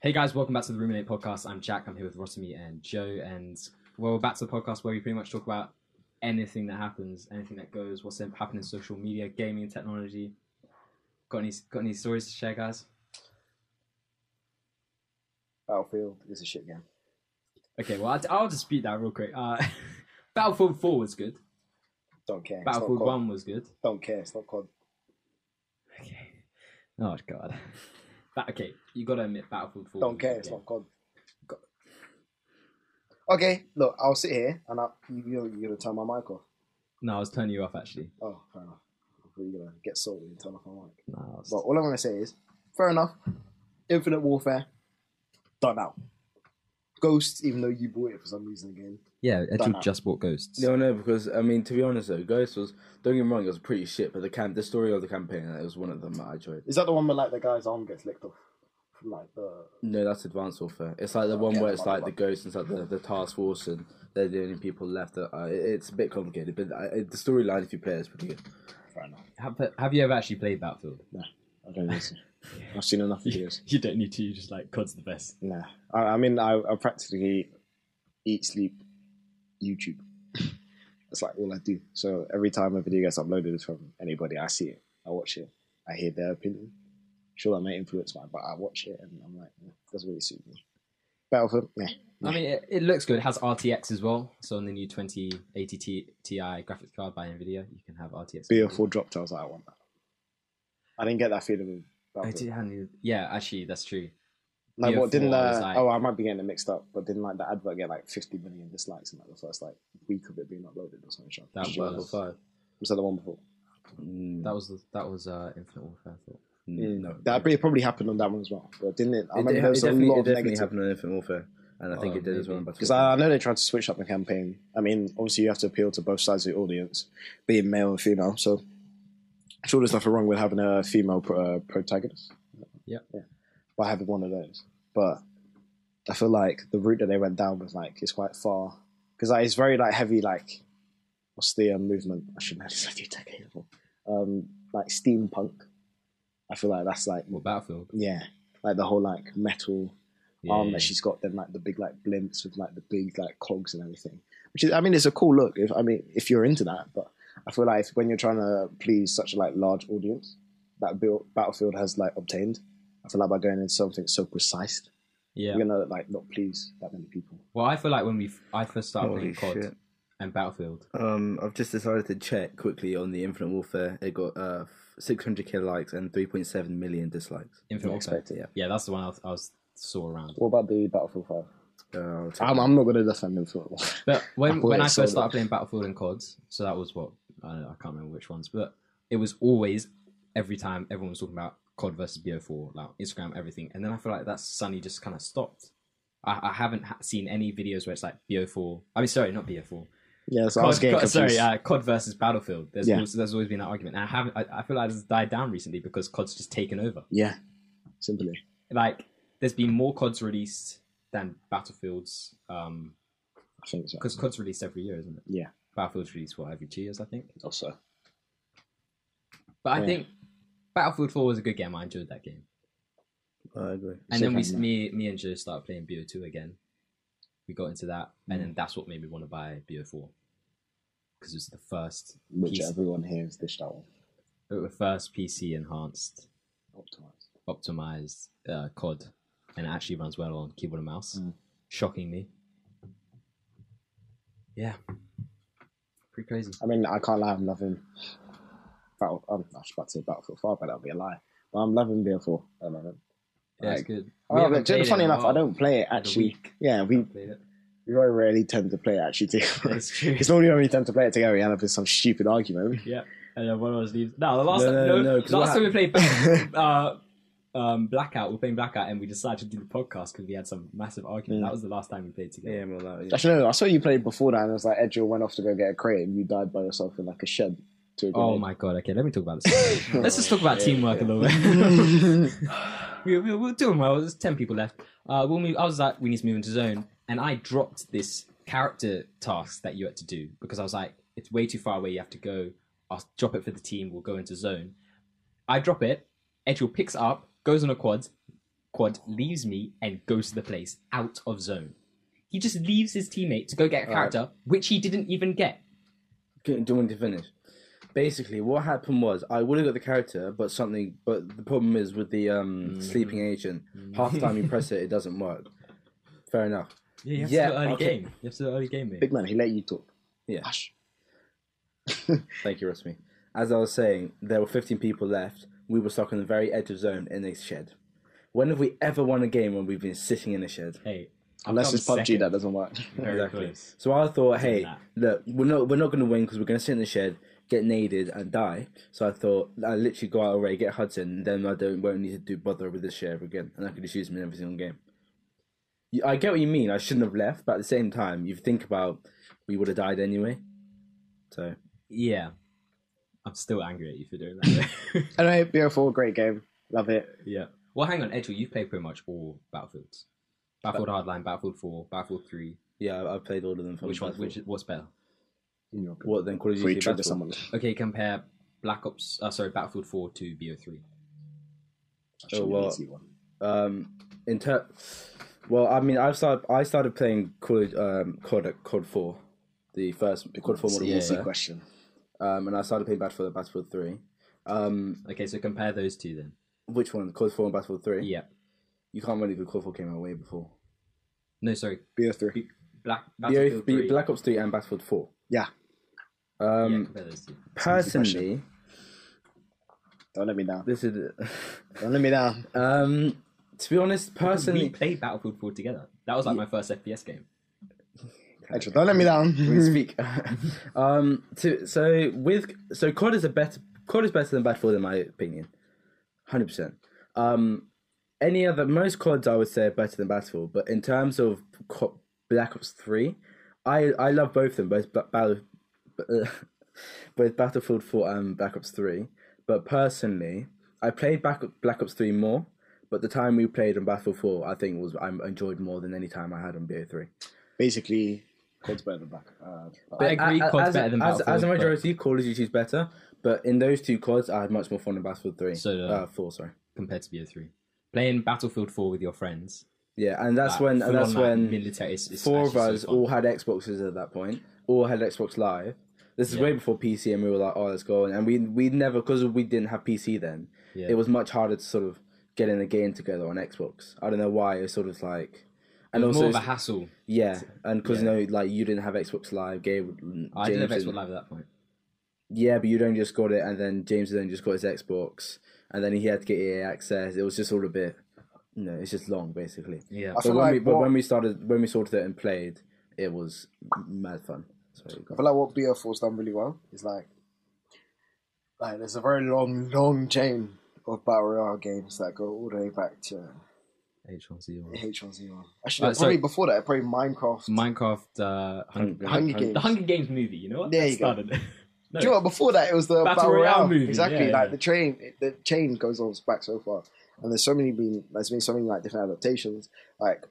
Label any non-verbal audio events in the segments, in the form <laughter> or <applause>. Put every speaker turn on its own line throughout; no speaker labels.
Hey guys, welcome back to the Ruminate Podcast. I'm Jack. I'm here with Rotimi and Joe, and well, we're back to the podcast where we pretty much talk about anything that happens, anything that goes, what's happening in social media, gaming, technology. Got any got any stories to share, guys?
Battlefield is a shit game.
Okay, well, I'll, I'll dispute that real quick. Uh, <laughs> Battlefield Four was good.
Don't care. It's not
Battlefield
called-
One was good.
Don't care. It's not called.
Okay. Oh god. <laughs> Ba- okay, you got to admit Battlefield Four. was
Don't
a
care.
good
It's
game.
not called. Go- Okay, look, I'll sit here and I, you, you're, you're gonna turn my mic off.
No, I was turning you off actually.
Oh, fair enough. We're gonna get salty and turn off my mic.
No, I was-
But all I'm gonna say is, fair enough. Infinite Warfare, done out. Ghosts, even though you bought it for some reason again.
yeah, Edward
know.
just bought Ghosts.
No, no, because I mean, to be honest though, Ghost was don't get me wrong, it was pretty shit, but the camp, the story of the campaign, it was one of them that I enjoyed.
Is that the one where like the guy's arm gets licked off? From, like uh, the
No, that's Advanced Warfare. It's like the one
Okay,
where it's
Advanced
like the Ghost and like the, the task force, and they're the only people left. That, uh, it- it's a bit complicated, but I, it- the storyline, if you play, it, is pretty good.
fair enough.
Have, have you ever actually played Battlefield?
I
<laughs>
don't listen. I've seen enough videos.
You don't need to. You just like COD's the best.
Nah, I, I mean, I, I practically eat, sleep, YouTube. <laughs> That's like all I do. So every time a video gets uploaded from anybody, I see it, I watch it, I hear their opinion. Sure, that may influence mine, but I watch it and I'm like, "Nah, doesn't really suit me. Battlefield, yeah.
I mean, it, it looks good. It has RTX as well. So on the new 2080 Ti graphics card by Nvidia, you can have RTX.
BO4 dropped. I was like, I want that. I didn't get that feeling. Of
I
Battlefield.
did have new- Yeah, actually, that's true.
Like, what didn't?
BO4 was
Uh,
like-
Oh, I might be getting it mixed up, but didn't like the advert get like 50 million dislikes in like the first like week of it being uploaded or something?
That
Stupid.
was-
Battlefield Five.
was that the one before?
Mm,
That was the, that was uh, Infinite Warfare. I thought.
mm, no,
That it probably happened on that one as well, but didn't it? I
it,
remember
it,
there
it
was a
definitely,
lot
it
of
definitely
negative
happened on Infinite Warfare, and I think
Oh,
it did as well.
maybe.
in
because
Battlefield
I, I know they tried to switch up the campaign. I mean, obviously you have to appeal to both sides of the audience, being male and female. So I'm sure there's nothing wrong with having a female pro- uh, protagonist.
Yep.
yeah, by having one of those. But I feel like the route that they went down was like it's quite far because like, it's very like heavy like what's the uh, movement? I should know this <laughs> a few decades ago. Um, like steampunk. I feel like that's like
What Battlefield?
yeah, like the whole like metal arm
Yeah.
that she's got, then like the big like blimps with like the big like cogs and everything. Which is, I mean, it's a cool look. If I mean, if you're into that, but I feel like if, when you're trying to please such a like large audience, that build, Battlefield has like obtained. I feel like by going into something so precise,
Yeah.
you're gonna like not please that many people.
Well, I feel like when we f- I first started
Holy
playing COD
shit.
and Battlefield,
Um, I've just decided to check quickly on the Infinite Warfare. It got uh 600k likes and 3.7 million dislikes.
Infinite Warfare.
expected.
Yeah. that's the one I, was, I was saw around.
What about the Battlefield Five?
Uh, I'll take
I'm, I'm not gonna defend them for it.
But
I
when
thought
when
it
I
sold
first
out.
started playing Battlefield and CODs, so that was what I, don't know, I can't remember which ones, but it was always every time everyone was talking about COD versus BO4, like Instagram, everything. And then I feel like that suddenly just kind of stopped. I, I haven't ha- seen any videos where it's like BO4. I mean, sorry, not BO4.
<laughs> Yeah, so I was
COD,
getting
COD, sorry,
confused.
uh, COD versus Battlefield. There's
Yeah.
always, there's always been that argument. And I haven't. I, I feel like it's died down recently because COD's just taken over.
yeah, simply.
Like, there's been more CODs released than Battlefields. Um,
I think so.
because COD's released every year, isn't it?
Yeah.
Battlefield's released what every two years, I think.
Also,
But I
Yeah.
think Battlefield Four was a good game. I enjoyed that game.
I agree.
And
So
then we,
can I.
me, me and Joe started playing BO2 again. We got into that, and
Mm.
then that's what made me want to buy BO4 because it's the first,
which
piece,
everyone here is dished out on.
the first PC enhanced,
Optimized.
optimized uh, COD, and it actually runs well on keyboard and mouse.
Mm.
Shockingly, yeah, pretty crazy.
I mean, I can't lie, I'm loving Battle. I'm I was about to say Battlefield 5, but that'd be a lie. But I'm loving BO4 at the moment.
Yeah,
Nice.
it's good. We
Oh,
haven't
but
played it in
funny
a
enough, I
while.
don't play it
a
actually.
week.
Yeah, we
Played it. <laughs>
we very rarely tend to play it actually together.
That's true.
<laughs> it's normally when we tend to play it together, we end up in some stupid argument. <laughs>
Yeah, and then one of us leaves. No, the last
No,
time,
no,
no,
no, 'cause what
last time we played <laughs> uh, um, Blackout, we were playing Blackout, and we decided to do the podcast because we had some massive argument.
Yeah.
That was the last time we played together.
Yeah, more like, yeah.
Actually, no, I saw you played before that, and it was like Edgel went off to go get a crate, and you died by yourself in like a shed. To a
Oh
grenade.
my god! Okay, let me talk about this. <laughs> Let's just talk about teamwork a little <laughs>
<laughs>
bit.
I
we, we, we're doing well. There's ten people left. Uh, we'll move, I was like, we need to move into zone, and I dropped this character task that you had to do because I was like, it's way too far away. You have to go. I'll drop it for the team. We'll go into zone. I drop it. Edgel picks up, goes on a quad, Quad leaves me and goes to the place out of zone. He just leaves his teammate to go get a character, which he didn't even get.
Do do you want me to finish? Basically, what happened was I would have got the character, but something. But the problem is with the um, sleeping agent. Half the time you <laughs> press it, it doesn't work. Fair enough.
Yeah,
you have to Yeah, do it early okay. game.
You have to do early game, mate.
Big man, he let you talk.
Yeah.
Hush.
Thank you, Rasmi. As I was saying, there were 15 people left. We were stuck on the very edge of zone in a shed. When have we ever won a game when we've been sitting in a shed?
Hey, I've
Unless
come
it's PUBG,
second.
that doesn't work. <laughs>
Very
Exactly.
close.
So I thought, hey,
that.
look, we're not we're not going to win because we're going to sit in the shed, get naded, and die. So I thought I literally go out already, get Hudson, then I don't won't need to do bother with this shit ever again, and I can just use him in every single game. You- I get what you mean. I shouldn't have left, but at the same time, you think about we would have died anyway. So
Yeah. I'm still angry at you for doing that. <laughs>
anyway, BO4, great game. Love it.
yeah. Well, hang on, Edgewell, you've played pretty much all Battlefields. Battlefield Hardline, Battlefield 4, Battlefield 3.
yeah, I- I've played all of them. From
Which one?
Battlefield.
Which what's better?
In your opinion.
what then? Call of
Before you
Duty
trigger
Battlefield.
someone.
Okay, compare Black Ops. Uh, sorry, Battlefield 4 to BO3.
Should be an
well.
easy one.
um in ter- well i mean i've started i started playing cod um cod cod 4 the first cod 4
It's
modern
an easy
warfare
question.
um and i started playing battlefield battlefield 3 um
Okay, so compare those two then.
which one cod 4 and battlefield 3
Yeah.
you can't believe the cod 4 came out way before
No, sorry.
BO3.
Black Battlefield
BO-
3.
B- black ops 3 and battlefield 4
Yeah,
yeah,
um
compare those two.
personally
don't let me
<laughs>
down.
this is
Don't let me down.
um to be honest
we
personally
played Battlefield 4 together. That was like my first FPS game.
Actually, don't let me
<laughs> we
down. <laughs>
speak. um, to, so with so COD is a better COD is better than Battlefield in my opinion, hundred percent. Um, any other most CODs I would say are better than Battlefield, but in terms of Co- Black Ops Three, I I love both of them, both Ba- Battle, <laughs> uh, both Battlefield Four and Black Ops Three. But personally, I played Black Black Ops Three more. But the time we played on Battlefield Four, I think was I enjoyed more than any time I had on BO Three.
Basically, Cod's better than back. Uh,
I agree,
A- a-
COD's
as,
better than
as, as a
Battlefield, but-
majority, Call of Duty is better, but in those two CODs, I had much more fun in Battlefield 3.
So did I.
uh, 4, sorry.
compared to BO3. Playing Battlefield 4 with your friends.
Yeah, and that's when
full
and that's
on, like,
when
military is- is
four of
actually so
us
fun.
all had Xboxes at that point, all had Xbox Live. This is way before PC, and we were like, "Oh, let's go!" And we we never because we didn't have PC then.
Yeah.
It was much harder to sort of get in the game together on Xbox. I don't know why it was sort of like, and
More
also
of a hassle.
yeah, and because you know like you didn't have Xbox Live, Gabe.
I didn't have
James
Xbox Live at that point.
Yeah, but you don't just got it, and then James then just got his Xbox, and then he had to get EA access. It was just all a bit, you know, it's just long basically.
Yeah.
I
But
feel
when, we,
like
but
what,
when we started, when we sorted it and played, it was mad fun. So
I feel like what BO4's done really well is like, like there's a very long, long chain of battle royale games that go all the way back to
H1Z1.
H1Z1. Actually,
Uh,
no,
sorry.
probably before that, probably Minecraft.
Minecraft, uh, Hun-
Hunger
Hun-
Games.
The Hunger Games movie, you know what?
There
That
you go.
started <laughs> it. no,
Do you know what? Before that, it was the
Battle
Battle,
Royale
Royale.
movie,
Exactly.
yeah,
like
yeah.
the train, it, the chain goes on back so far, and there's so many been. There's been so many like different adaptations. Like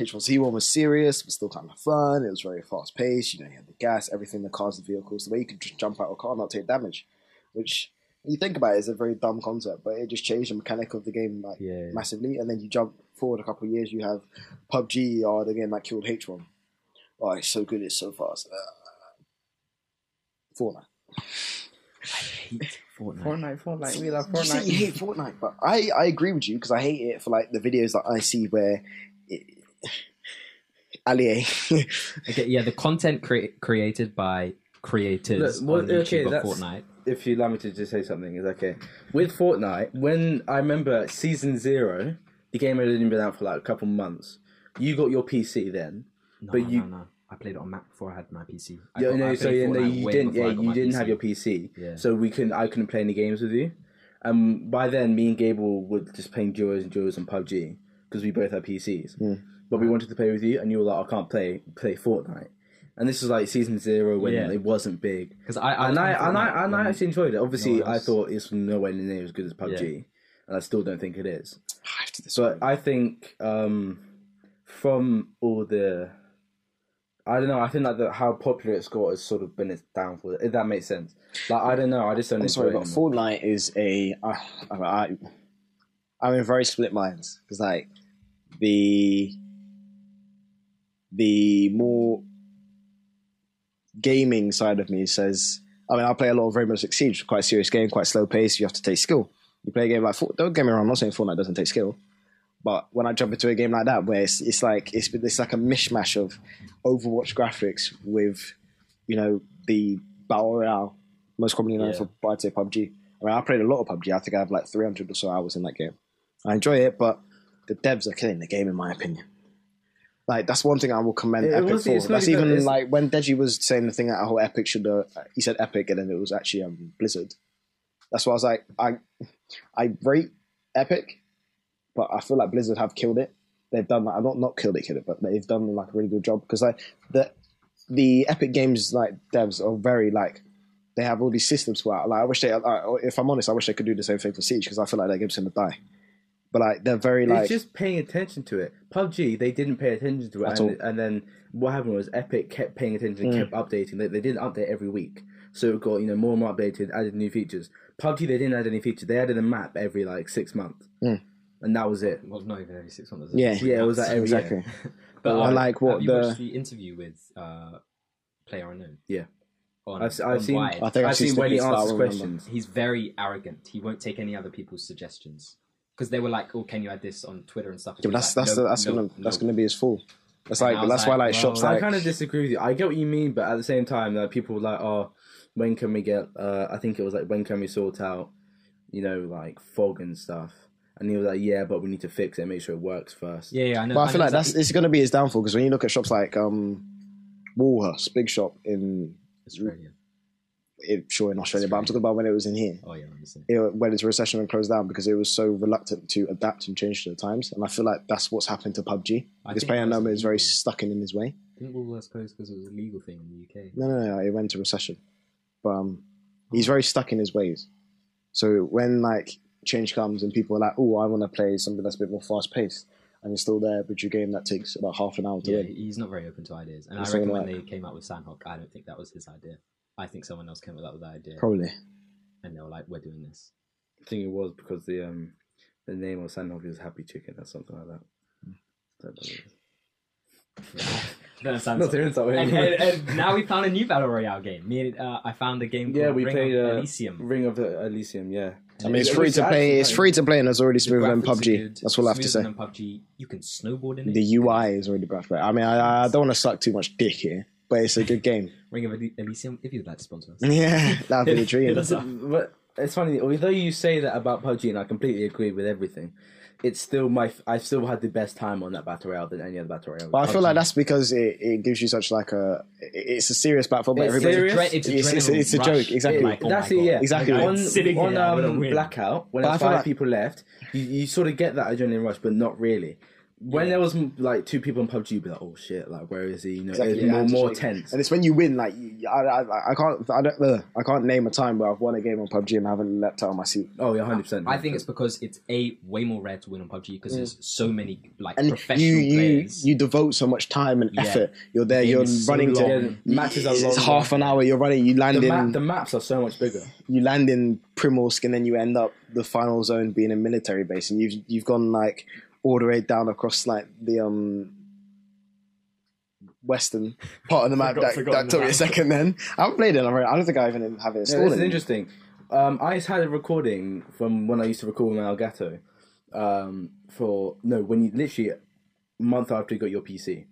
H1Z1 was serious, but still kind of fun. It was very fast paced. You know, you had the gas, everything, the cars, the vehicles, the way you could just jump out of a car and not take damage, which when you think about it, is a very dumb concept, but it just changed the mechanic of the game like
<laughs>
Yeah.
massively. And then you jump forward a couple of years, you have PUBG or the game that killed H1. Oh, it's so good, it's so fast. Uh, Fortnite.
hate Fortnite.
Fortnite, Fortnite, we love
You say you hate Fortnite, but I, I agree with you because I hate it for like the videos that I see where it, <sighs> <laughs> Allie
Okay, yeah, the content crea- created by creators
Look, well,
on YouTube
okay,
of
that's-
Fortnite.
If you allow me to just say something, it's okay. With Fortnite, when I remember season zero, the game had only been out for like a couple months. You got your PC then.
No,
But
no,
you-
no, no. I played it on Mac before I had my PC. I
Yeah,
got- I
no,
played
so yeah, no,
Fortnite
you
way
didn't.
before I
Yeah,
got
you
my
didn't
PC.
have your PC,
Yeah.
so we couldn't. I couldn't play any games with you. Um, by then, me and Gable were just playing duos and duos on PUBG because we both had PCs.
Hmm.
But we wanted to play with you, and you were like, "I can't play play Fortnite." And this was like season zero when
Yeah.
it wasn't big.
Because I, I
And
was
I,
on Fortnite
and I and
when-
I actually enjoyed it. Obviously,
one
I
else-
thought it's nowhere near as good as PUBG, and I still don't think it is.
after this
But I think um, from all the, I don't know. I think like the, how popular it's got has sort of been its downfall. If that makes sense. Like I don't know. I just don't
I'm
enjoy
sorry,
it
but
anymore.
Fortnite is a. I, I, uh, I'm in very split minds because like the the more gaming side of me says, I mean, I play a lot of Rainbow Six Siege, quite a serious game, quite slow pace. You have to take skill. You play a game like Fort- don't get me wrong, I'm not saying Fortnite doesn't take skill, but when I jump into a game like that, where it's, it's like it's it's like a mishmash of Overwatch graphics with you know the battle royale, most commonly known
Yeah.
for I'd say PUBG. I mean, I played a lot of PUBG. I think I have like 300 or so hours in that game. I enjoy it, but the devs are killing the game, in my opinion. Like that's one thing I will commend
It- it
Epic
wasn't-
for.
it's not
That's
even-
even
it's-
like when Deji was saying the thing that whole Epic should. Uh, he said Epic, and then it was actually um, Blizzard. That's why I was like, I, I rate Epic, but I feel like Blizzard have killed it. They've done like, not not killed it, killed it, but they've done like a really good job because like the the Epic Games like devs are very like they have all these systems where like I wish they I, if I'm honest I wish they could do the same thing for Siege because I feel like that game's gonna die. But like they're very like
it's just paying attention to it. PUBG, they didn't pay attention to it,
At
and, and then what happened was Epic kept paying attention, kept
Mm.
updating. They, they didn't update every week, so it got you know more and more updated, added new features. PUBG, they didn't add any features. They added a map every like six months,
Mm.
and that was it.
Well, not even every six months.
Yeah.
Yeah, it was like every
exactly.
year.
<laughs>
But
I
uh,
like what
have you
the-
watched the interview with uh, Player Unknown?
Yeah.
on,
I've,
on
I've seen
Wired.
I think I've
I've
seen
seen when he
snippets, but I
answers
won't remember.
questions.
he's very arrogant. He won't take any other people's suggestions because they were like, "Oh, can you add this on Twitter and stuff?"
Yeah, but that's that's the, that's gonna that's gonna be his fall. That's
And
like
I was
that's why
like,
like shops
well-
I
like
kind of disagree with you. I get what you mean, but at the same time, uh, people were like, oh, when can we get? Uh, I think it was like, when can we sort out, you know, like fog and stuff? And he was like, yeah, but we need to fix it, and make sure it works first.
Yeah, yeah, I know.
But I
know
feel like that's
exactly-
it's going to be his downfall because when you look at shops like um, Woolworths, big shop in,
Australia.
in sure in Australia, but I'm talking about when it was in here,
Oh yeah, I'm saying.
it, when it's a recession and closed down because it was so reluctant to adapt and change to the times, and I feel like that's what's happened to PUBG
I
because
think it
Player
was
Unknown is very
illegal.
stuck in, in his way.
Didn't Woolworths close because it was a legal thing in the UK?
No, no, no, it went to recession, but um, he's very stuck in his ways. So when like change comes and people are like, "Oh, I want to play something that's a bit more fast paced," and it's still there, but your game that takes about half an hour to
Yeah,
win.
he's not very open to ideas. And
He's
I reckon
saying
when they came out with Sandhawk, I don't think that was his idea. I think someone else came up with that idea,
Probably.
and they were like, "We're doing this." <laughs>
I think it was because the um the name of Sandhog is Happy Chicken or something like that. Don't know what it is.
That sounds-
Not to insult
and,
him. <laughs>
and, and now we found a new battle royale game. Me, and, uh, I found a game.
yeah,
called
we
Ring
played
of
uh,
Elysium.
Ring of the Elysium. Yeah,
I mean, it's
It's
free
actually
to play. It's
quite-
free to play, and it's already
The
smoother than
graphics are
PUBG.
good,
That's all I have to
smoother
say.
than PUBG. You can snowboard in it.
The UI is already graphic. I mean, I, I don't want to suck too much dick here, but it's a good game.
Ring of Ely- Elysium. If you'd like to sponsor us,
<laughs>
<laughs>
Yeah, that'd be the dream.
That's-
But it's funny, although you say that about PUBG, and I completely agree with everything. It's still my. I still had the best time on that battle royale than any other battle royale.
But I feel like that's because it, it gives you such like a. it- It's a serious platform, but
<laughs> It's
everybody.
serious.
Dre- it's,
It's- it's-
adrenaline
it's a
rush.
joke, exactly.
Like, oh
that's
my
it, yeah.
God.
Exactly.
Like, I'm
on,
sitting
on
here, I'm gonna
um,
win.
blackout when
But I
there's
feel
five
like-
people left you, you sort of get that adrenaline rush but not really when there was m- like two people in PUBG you'd be like oh shit like where is he you know
Exactly,
it's
yeah,
more,
it's
more
just-
tense
And it's when you win, like you- I, I, I can't, I don't, ugh, I can't name a time where I've won a game on PUBG and I haven't leapt out of my seat.
oh yeah 100%
I think it's because it's a way more rare to win on PUBG because there's so many like
And
professional
you, you,
players.
you devote so much time and
Yeah.
effort. You're there.
Game
You're
is so
running
long.
to
Yeah, matches are
it's
long.
half an hour. You're running. You land
the,
in.
ma- the maps are so much bigger
you land in Primorsk and then you end up the final zone being a military base, and you've you've gone like all the way down across like the um western part of the <laughs> map.
Forgot-
that
forgotten the
that took me a
map.
second. Then I haven't played it. I'm right- I don't think I even have it
Yeah,
installed.
this is
in-
interesting. Um, I just had a recording from when I used to record with my Elgato. Um, for no, when you literally a month after you got your PC,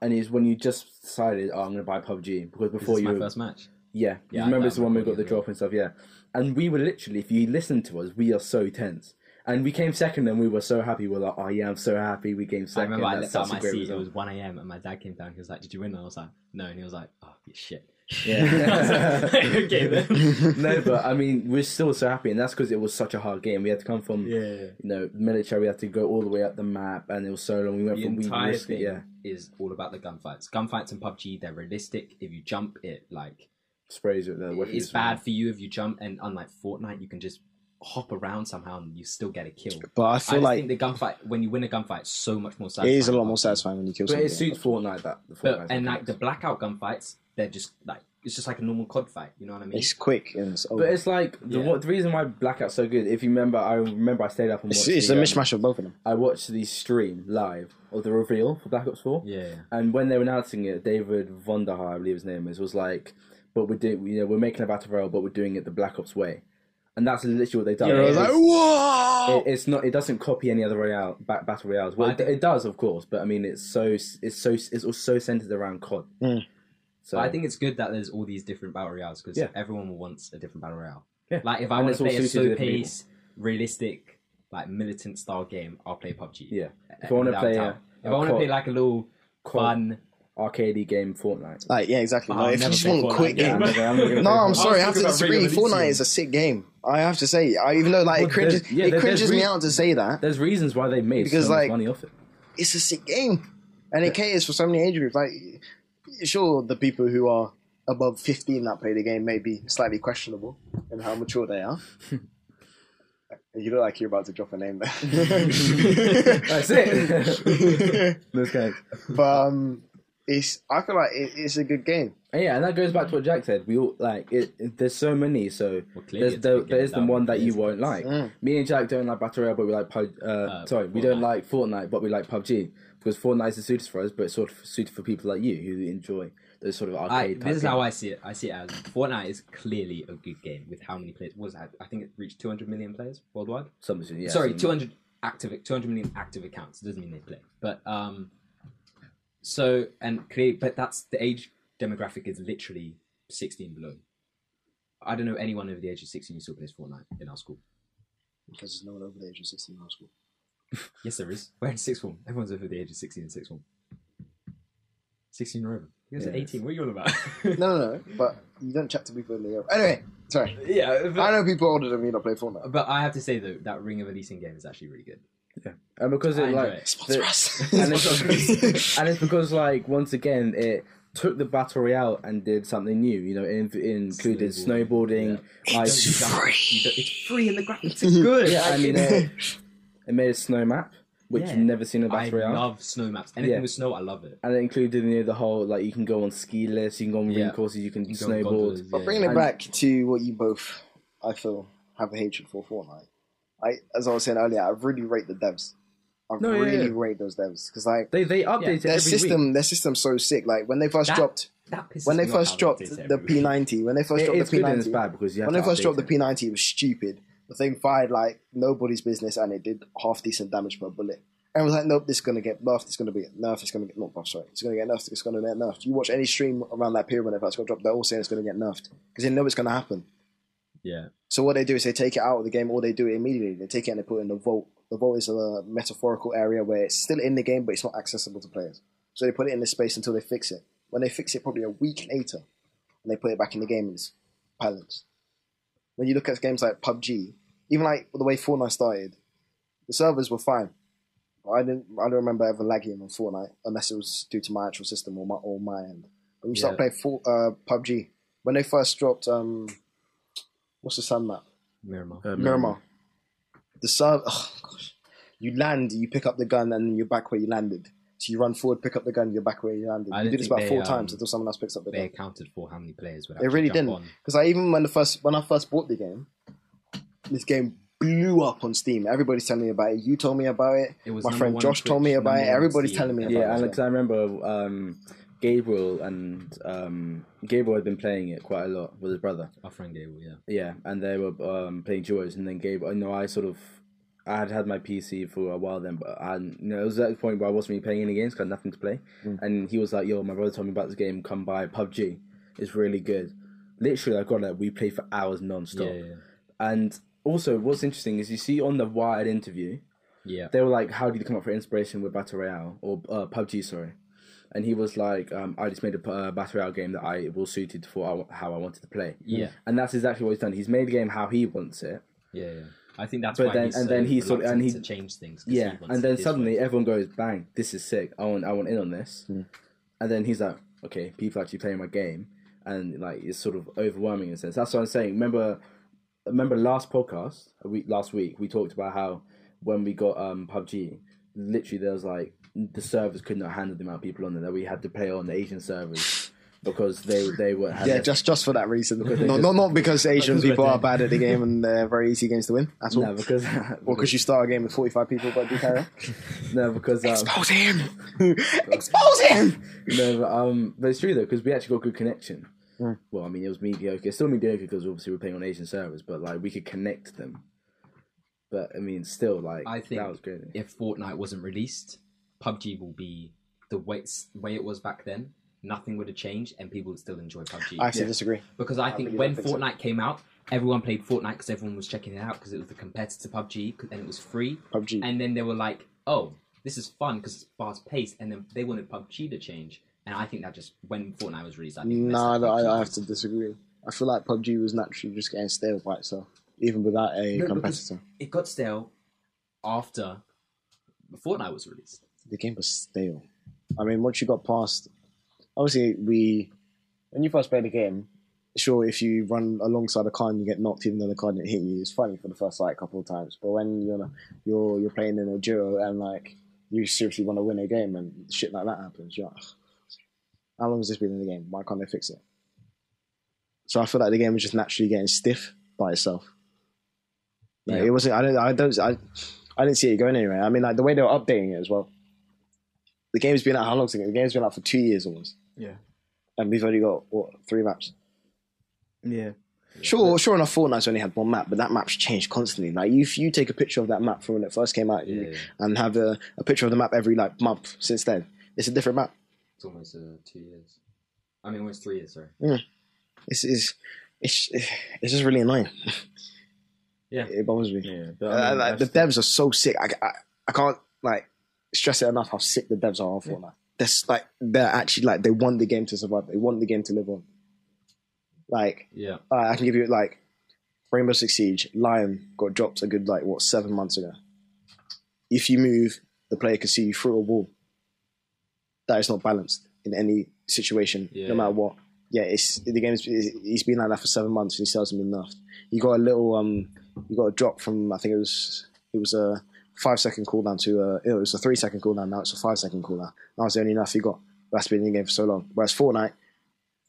and it's when you just decided, oh, I'm gonna buy PUBG because
This
before
is
you,
my
were-
first match.
yeah, you
Yeah,
remember
that
it's the one we
recording
got the
as well.
drop and stuff, yeah. And we were literally, if you listen to us, we are so tense. And we came second, and we were so happy. We are like, oh yeah, I'm so happy. We came
I
second.
remember I
That's
left out
such a
my
great
seat. It
result."
was 1 a.m. and my dad came down. He was like, "Did you win?" And I was like, "No." And he was like, "Oh, you shit." <laughs> I was like, <laughs> okay
<laughs>
then. <laughs>
no, but I mean, we're still so happy, and that's because it was such a hard game. We had to come from
yeah.
you know, military, we had to go all the way up the map, and it was so long. We went
The
from we
entire
risk
thing
it, yeah,
is all about the gunfights. Gunfights in PUBG, they're realistic. If you jump, it like
sprays with the weapons.
it's bad for you if you jump. And unlike Fortnite, you can just hop around somehow and you still get a kill.
but I
I
feel
just
like
think the gunfight when you win a gunfight, it's so much more
it
satisfying.
is a lot more satisfying when you kill
But
something.
it suits Fortnite that. The Fortnite
But, and like the blackout gunfights, they're just like it's just like a normal COD fight. You know what I mean?
It's quick and it's over.
But it's like the,
Yeah.
what, the reason why Blackout's so good. If you remember, I remember I stayed up and
It's,
watched.
it's
the,
a
um,
mishmash of both of them.
I watched the stream live or the reveal for Black Ops Four.
yeah, yeah.
And when they were announcing it, David Vonderhaar, I believe his name is, was like, "But we're doing, you know, we're making a battle royale, but we're doing it the Black Ops way," and that's literally what they've done.
And I was
It
like,
is-
whoa!
it, it's not. It doesn't copy any other royale ba- battle royales. Well,
Oh. I
it,
think-
it does, of course, but I mean, it's so it's so it's also centered around COD.
Mm.
So
I think it's good that there's all these different battle royales because
Yeah.
everyone wants a different battle royale.
Yeah.
Like if I
And
want
it's
to
all
play a
suited to
slow
different people.
pace, realistic, like militant style game, I'll play PUBG.
Yeah. If
Uh,
I want to
without
play
doubt.
a,
if I want to
COD
play like a little
COD
fun,
arcadey game, Fortnite.
Like, yeah, exactly.
Oh,
Like,
I've
if you
never
just
played
want a
Fortnite,
quick
yeah,
game.
I'm never- I'm
not
<laughs>
<laughs> gonna
No,
play
I'm
Fortnite.
sorry. I
I
have
was
to
thinking about
disagree.
regular
Fortnite
releasing.
is a sick game. I have to say, I, even though like
Well,
it cringes,
there's- yeah,
it
there- there's
cringes me
re-
out to say that.
There's reasons why they made
Because,
so much
like-
money off it.
It's a sick game, and it caters for so many age groups. Like, sure, the people who are above 15 that play the game may be slightly questionable in how mature they are. <laughs> you look like you're about to drop a name there.
<laughs> That's it. Those guys.
<laughs> but um, it's I feel like it, it's a good game.
<laughs> And yeah, and that goes back to what Jack said. We all like it. it- there's so many, so
Well, clearly
there's
it's
the,
big game
there's the
now,
one that you
it's-
won't like.
Mm.
Me and Jack don't like Battle Royale, but we like Pub- uh, sorry, we don't
Fortnite.
like Fortnite, but we like PUBG because Fortnite is suited for us, but it's sort of suited for people like you who enjoy those sort of
I,
arcade. type
this is
games.
how I see it. I see it as Fortnite is clearly a good game with how many players was that? I think it reached 200 million players worldwide.
Something, yeah,
Sorry,
something.
200 active 200 million active accounts. It doesn't mean they play. But um so and clearly but that's the age demographic is literally 16 below. I don't know anyone over the age of 16 who still plays Fortnite in our school.
Because there's no one over the age of 16 in high school.
Yes, there is. We're in sixth form. Everyone's over the age of 16 in sixth form. 16 or over. You guys are
Yes.
18. What are you on about?
No, no, no. But you don't chat to people in the year. Anyway, sorry.
<laughs> yeah,
I
but,
know people older than me that play Fortnite.
but I have to say though that Ring of Elysium game is actually really good.
and because
I
it
enjoy
like
<laughs> it.
Sponsor <laughs>
the-
us.
and it's, and it's because like once again it took the battle royale and did something new you know it, in- it included snowboarding,
Snowboarding. Don't
like
It's
you dumb-
free.
you don't- It's free and the <laughs> graphics
<laughs>
are good.
yeah, I mean it,
<laughs>
it made a snow map which
Yeah.
you've never seen in a
I
battle royale
love snow maps. Anything
Yeah.
with snow, I love it.
and it included you know, the whole like you can go on ski lifts you can go on
Yeah.
ring courses you can
You go on gondolas,
snowboard
yeah,
But bringing
yeah.
it back to what you both, I feel, have a hatred for Fortnite. I, as I was saying earlier, I really rate the devs. I
No, yeah,
really
yeah.
rate those devs because like
they they update it
their
every
system,
week
their system's so sick. Like when they first
That-
dropped,
That pisses
when they
me off
first
how
dropped
they update
the
everything.
P90, when they first
It-
dropped
it's
the
good
P90,
and it's bad because you have
when
to
they first
update
dropped the
it.
P90, it was stupid. The thing fired like nobody's business, and it did half decent damage per bullet. And was like, nope, this is gonna get buffed. It's gonna be nerfed. It's gonna get not buffed. Sorry, it's gonna get nerfed. It's gonna get nerfed. You watch any stream around that period when they first got dropped, they're all saying it's gonna get nerfed because they know it's gonna happen.
Yeah.
So what they do is they take it out of the game, or they do it immediately. They take it and they put it in the vault. The vault is a metaphorical area where it's still in the game, but it's not accessible to players. So they put it in the space until they fix it. When they fix it, probably a week later, and they put it back in the game, and it's balanced. When you look at games like PUBG, even like the way Fortnite started, the servers were fine. I didn't. I don't remember ever lagging on Fortnite unless it was due to my actual system or my or my end. When you start
Yeah.
playing for, uh, PUBG, when they first dropped, um, what's the sun map?
Miramar.
Um,
Miramar. The server. Oh, gosh. You land, you pick up the gun, and then you're back where you landed. So you run forward, pick up the gun, you're back where you landed.
I
You
didn't
do this
think
about
they,
four
um,
times until someone else picks up the
They
gun.
accounted for how many players would
They
actually
really
jump
didn't.
on.
Because I even when the first when I first bought the game, this game blew up on Steam. Everybody's telling me about it. You told me about it.
It was
My
number
friend
one
Josh
Twitch,
told me about
number
it.
one
Everybody's
Steam.
telling me about
yeah
it.
and because I remember um, Gabriel and um, Gabriel had been playing it quite a lot with his brother
Our friend Gable, yeah.
Yeah, and they were um, playing duos, and then Gabe. I know I sort of, I had had my PC for a while then, but I, hadn't- you know, it was at the point where I wasn't really playing any games 'cause I had nothing to play. And he was like, "Yo, my brother told me about this game. Come by PUBG. It's really good." Literally, I got it. We played for hours non-stop.
Yeah, yeah, yeah.
And also, what's interesting is you see on the Wired interview,
Yeah.
they were like, "How did you come up for inspiration with Battle Royale or uh, PUBG?" Sorry, and he was like, um, "I just made a uh, Battle Royale game that I was suited for how I wanted to play."
Yeah.
and that's exactly what he's done. He's made the game how he wants it.
Yeah, yeah. I think that's
But
why
then-
he's
and
so
then he sort of- and
reluctant
he-
to change things. 'cause he
Yeah,
wants
and
it
then
his
suddenly
way.
everyone goes, "Bang! This is sick. I want, I want in on this."
Hmm.
And then he's like, "Okay, people are actually playing my game," and like it's sort of overwhelming in a sense. That's what I'm saying. Remember, remember last podcast, a week last week, we talked about how when we got um PUBG, literally there was like the servers could not handle the amount of people on there that we had to play on the Asian servers. because they they were had
Yeah,
their-
just just for
<laughs>
that reason.
Because they
Not, not not because Asian
Because we're
people are
dead.
bad at the game and they're very easy games to win at all.
<laughs> no because <laughs>
or because you start a game with forty five people, but do carry on.
no because um,
Expose him! <laughs> Expose him!
no but, um but it's true though because we actually got good connection.
Hmm.
Well, I mean it was mediocre, it's still mediocre because obviously we're playing on Asian servers, but like we could connect them. But I mean, still like
I think
that was great.
if Fortnite wasn't released, PUBG will be the way, it's, way it was back then. Nothing would have changed, and people would still enjoy PUBG.
I actually disagree.
because I think
really
when
don't think so.
Fortnite came out, everyone played Fortnite because everyone was checking it out because it was the competitor PUBG 'cause- and it was free.
PUBG.
And then they were like, "Oh, this is fun because it's fast paced," and then they wanted PUBG to change. And I think that just when Fortnite was released, I think messed
Nah,
up
no,
PUBG.
I, I have to disagree. I feel like PUBG was naturally just getting stale by itself, even without
No,
a
because
competitor.
It got stale after Fortnite was released.
The game was stale. I mean, once you got past, obviously we, when you first play the game, sure if you run alongside a car and you get knocked, even though the car didn't hit you, it's funny for the first like couple of times. But when you're on a- you're you're playing in a duo and like you seriously want to win a game and shit like that happens, you're like, "Ugh, how long has this been in the game? Why can't they fix it? So I feel like the game was just naturally getting stiff by itself. Like,
Yeah.
It wasn't. I don't. I don't. I, I didn't see it going anywhere. I mean, like the way they were updating it as well. The game's been out how long? The game's been out for two years almost,
Yeah,
and we've only got what three maps.
yeah.
Sure, sure enough, Fortnite's only had one map, but that map's changed constantly. Like, if you take a picture of that map from when it first came out, you-
Yeah, yeah.
and have a, a picture of the map every like month since then, it's a different map.
It's almost uh, two years. I mean, almost three years. Sorry.
It's it's it's, it's just really annoying.
Yeah.
it bothers me.
Yeah,
Uh,
but I mean,
like,
I've
the
still-
devs are so sick. I, I, I can't like stress it enough how sick the devs are on Fortnite. They're s- like they're actually like they want the game to survive. They want the game to live on. Like
Yeah.
uh, I can give you like Rainbow Six Siege. Lion got dropped a good like what seven months ago. If you move, the player can see you through a wall. That is not balanced in any situation,
Yeah.
no matter what. Yeah, it's the game's. He's been like that for seven months, and he still hasn't been nerfed. You got a little um, you got a drop from I think it was it was a five second cooldown to a it was a three second cooldown. Now it's a five second cooldown. That was the only nerf he got. That's been in the game for so long. Whereas Fortnite,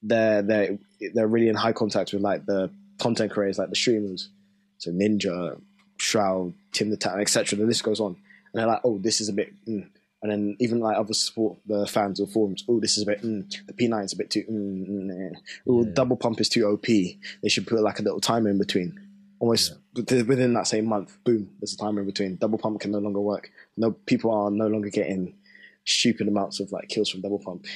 they're they're they're really in high contact with like the content creators, like the streamers, so Ninja, Shroud, Tim the Tat, etc. The list goes on, and they're like, oh, this is a bit. Mm. And then even like other support, the fans or forums, oh, this is a bit. Mm, the P9 is a bit too. Mm, mm, mm. Oh, double pump is too OP. They should put like a little timer in between. Almost with- within that same month, boom, there's a timer in between. Double pump can no longer work. No, people are no longer getting stupid amounts of like kills from double pump.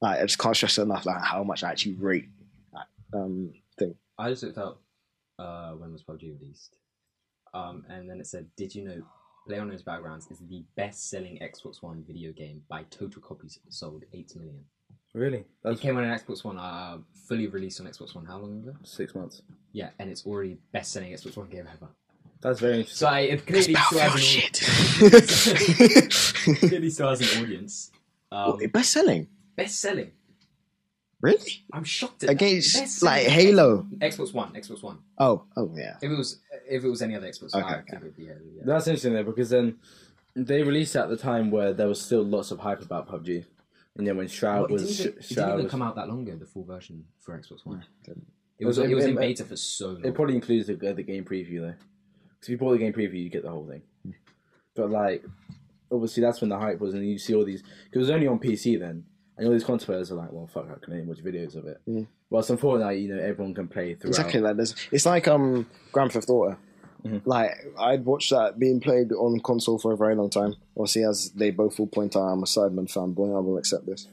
Like, I just can't stress enough like how much I actually rate that um, thing.
I just looked up uh, when was PUBG released, um, and then it said, "Did you know PlayerUnknown's Battlegrounds is the best-selling Xbox One video game by total copies sold, eight million?
really
It
that's
came on an Xbox One, uh, fully released on Xbox One. How long ago?
six months.
Yeah, and it's already best-selling Xbox One game ever.
That's very interesting.
So I, it clearly still has an, au-
shit.
clearly still has an audience. Um,
<laughs> Best selling,
best-selling.
really?
I'm shocked at that.
Against
Best-selling
like Halo.
Xbox One, Xbox One.
Oh, oh yeah.
If it was, if it was any other Xbox,
Okay,
I
okay.
think it would be yeah, yeah.
That's interesting though, because then they released it at the time where there was still lots of hype about PUBG, and then when
Well,
Shroud
it
was
didn't, even,
Sh-
it didn't
Shroud
even
was,
come out that long ago. The full version for Xbox One.
didn't.
It was
It-
it was
it-
in beta for so long.
it probably includes the, the game preview though. 'Cause if you bought the game preview, you get the whole thing.
Hmm.
But like, obviously that's when the hype was, and you see all these. Cause it was only on PC then, and all these content creators are like, "Well, fuck, I can only watch videos of it."
Hmm.
Mm.
Whilst on Fortnite, you know, everyone can play throughout.
Exactly like this. It's like um Grand Theft Auto.
Mm-hmm.
Like I'd watched that being played on console for a very long time. Obviously, as they both will point out, I'm a Sidemen fanboy. I will accept this,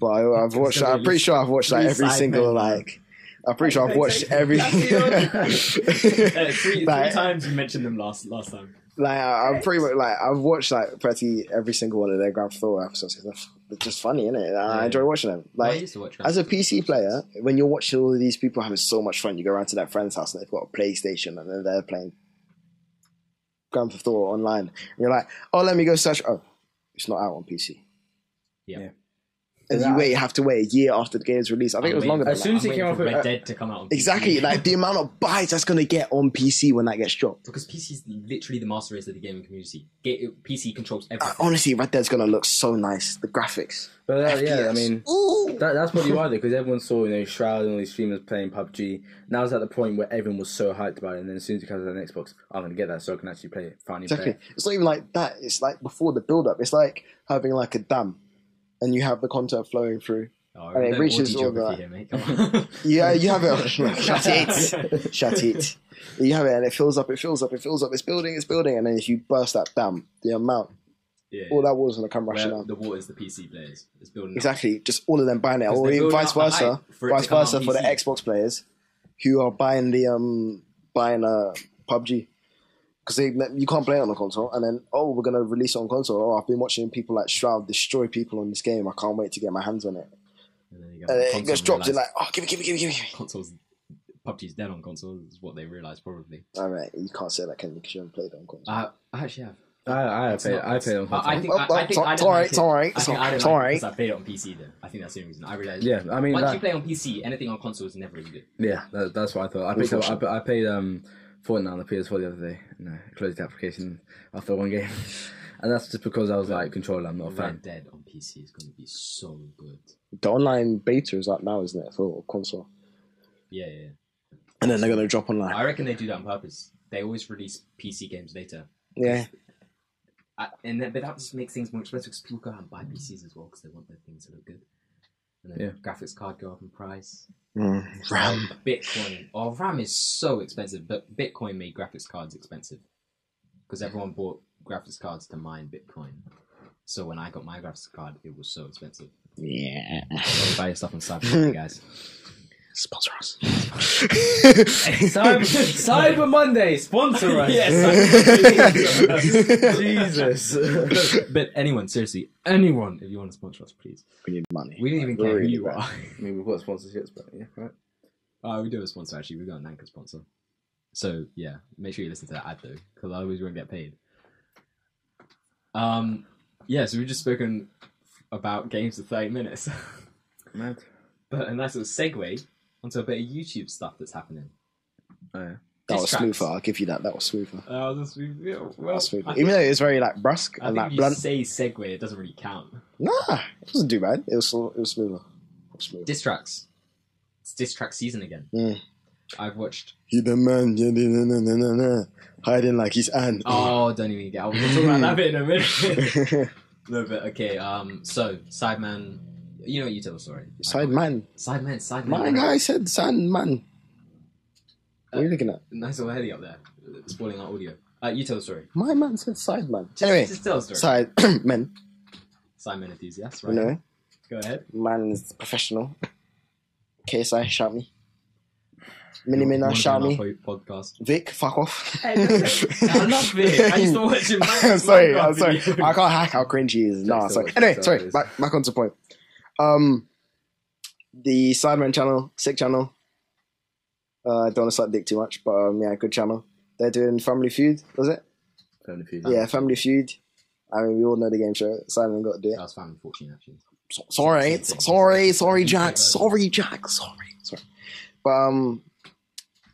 but I, I've watched. that- I'm pretty sure I've watched like
three
every
Sidemen.
single like. I'm pretty sure I've watched every. <laughs>
<laughs> Uh, three, three
Like-
times you mentioned them last last time.
Like I, I'm pretty much like I've watched like pretty every single one of their Grand Theft Auto episodes. 'cause They're, they're just funny, innit? And I
Yeah.
enjoy watching them.
Well, I
Like
used to watch
as a PC player, when you're watching all of these people having so much fun, you go around to that friend's house and they've got a PlayStation and then they're playing Grand Theft Auto online. And you're like, oh, let me go search. Oh, it's not out on PC.
Yeah.
Yeah.
and you wait, have to wait a year after the game's release. I think it was
I'm
longer than
As
that.
soon as
I'm
it came
waiting
out
for uh,
with-
Red Dead to come out. On
Exactly,
PC.
like the amount of buys that's gonna get on PC when that gets dropped.
because PC is literally the master race of the gaming community. Ga- PC controls
Uh,
everything.
honestly, Red Dead's gonna look so nice. The graphics.
But uh, yeah, I
FPS.
mean,
Ooh.
that, that's probably why though, because everyone saw you know Shroud and all these streamers playing PUBG. Now it's at the point where everyone was so hyped about it, and then as soon as it comes out on Xbox, I'm gonna get that so I can actually play it. Finally, play
Exactly.
it.
It's not even like that. It's like before the build up. It's like having like a dam, and you have the content flowing through.
Oh,
And it
no
reaches
audio
all
geography Here,
that.
mate.
<laughs>
Come on. <laughs>
Yeah, you have it. Shut it. <laughs> Shut it. You have it, and it fills up. It fills up. It fills up. It's building. It's building, and then if you burst that dam, the amount,
Yeah.
all that water's gonna come
Where
rushing out.
the water is the PC players. It's building up.
Exactly. Just all of them buying it,
'Cause
or
they're
even
building
vice
up the
versa.
hype for it to
Vice
come out
versa
on
for the
PC.
Xbox players, who are buying the um buying a PUBG. Because you can't play it on the console, and then oh, we're gonna release it on console. Oh, I've been watching people like Shroud destroy people on this game. I can't wait to get my hands on it.
And then you
And
on
then it
console
gets
and
dropped. You're like,
realise
oh, give me, give me, give me, give me.
consoles. PUBG's dead on consoles is what they realised probably.
All right, you can't say that, can you? Because you haven't played it on console.
I, I actually have.
I I
It's
played
not-
I played
I- I
on console.
think
Well,
I,
well,
I think
it's-
I
it's
didn't like
alright, it's
it.
alright,
I
it's
think
alright,
I didn't
it's
like it
alright.
'cause I played it on PC though. I think that's the only reason. I realised.
Yeah, I mean,
Once
that,
you play on PC, anything on console is never really good.
yeah, that, that's what I thought. I picked up, I, I played um Fortnite on the PS4 the other day, and I closed the application after one game, <laughs> and that's just because I was like, controller, I'm not a fan.
Red Dead on PC is going to be so good.
the online beta is up now, isn't it, for console?
Yeah, yeah. yeah.
And then they're gonna drop online.
I reckon they do that on purpose. They always release PC games later,
yeah,
I, and then, but that just makes things more expensive because people go out and buy PCs as well because they want their things to look good. And then
Yeah.
graphics card go up in price.
mm, RAM.
Bitcoin. Oh, RAM is so expensive, but Bitcoin made graphics cards expensive because everyone bought graphics cards to mine Bitcoin. So when I got my graphics card, it was so expensive.
Yeah,
Don't buy your stuff on
<laughs>
Cyberpunk, guys.
sponsor us.
Cyber, Cyber Monday sponsor us.
<laughs>
<laughs>
yes.
Jesus.
but anyone, seriously, anyone, if you want to sponsor us, please.
we need money.
We don't even
Like,
care who
really
you
bad.
are. <laughs>
I mean, we've got sponsorships, but yeah, right.
Uh, we do have a sponsor actually. We've got an anchor sponsor. So yeah, make sure you listen to that ad though, because otherwise we won't get paid. Um, yeah. So we've just spoken about games for thirty minutes, <laughs>
Mad.
but a nice little segue onto a bit of YouTube stuff that's happening.
Oh, yeah.
That was
Diss tracks.
smoother. I'll give you that. That was smoother. That
Uh, this, we- yeah, well,
was smoother.
I think,
Even though it was very like brusque
I
and
think
like
if
blunt.
you say segue, it doesn't really count.
Nah, it wasn't too bad. It was so- it was smoother. It was smoother.
Diss tracks. It's diss track season again.
Mm.
I've watched.
He the man, yeah, na, na, na, na, na, na. hiding like he's Anne. <laughs>
Oh, don't even get. I'll we'll talk about that bit in a minute. No, but okay. Um, so Sideman, you know what you tell the story.
Sideman.
Sideman, Sideman.
My guy said Sandman. What are you looking at?
Nice little heading up there, spoiling our audio. Uh, you tell the story.
My man said Sideman.
Just,
Anyway,
just tell the story.
side <clears throat> men.
Sideman enthusiast,
You
right?
know,
Go ahead.
man is professional. KSI, shout me. Mini Mina, shout me.
Podcast. <laughs>
Vic, fuck off. <laughs>
I love it. I used to watch him.
I'm sorry, I'm sorry. I can't hack how cringy he is. No,
That's
sorry.
always-
Anyway,
that's
sorry.
always-
Back, back onto point. Um, the Sidemen channel, sick channel. Uh, I don't want to suck dick too much, but um, yeah, good channel. They're doing Family Feud, was it?
Family feud.
Yeah, Family Feud. I mean, we all know the game show. Simon got to do
<laughs>
it.
That was Family Fortune, actually.
So- sorry,
Same thing.
sorry, sorry,
UK
Jack,
version.
sorry, Jack, sorry, sorry. But um,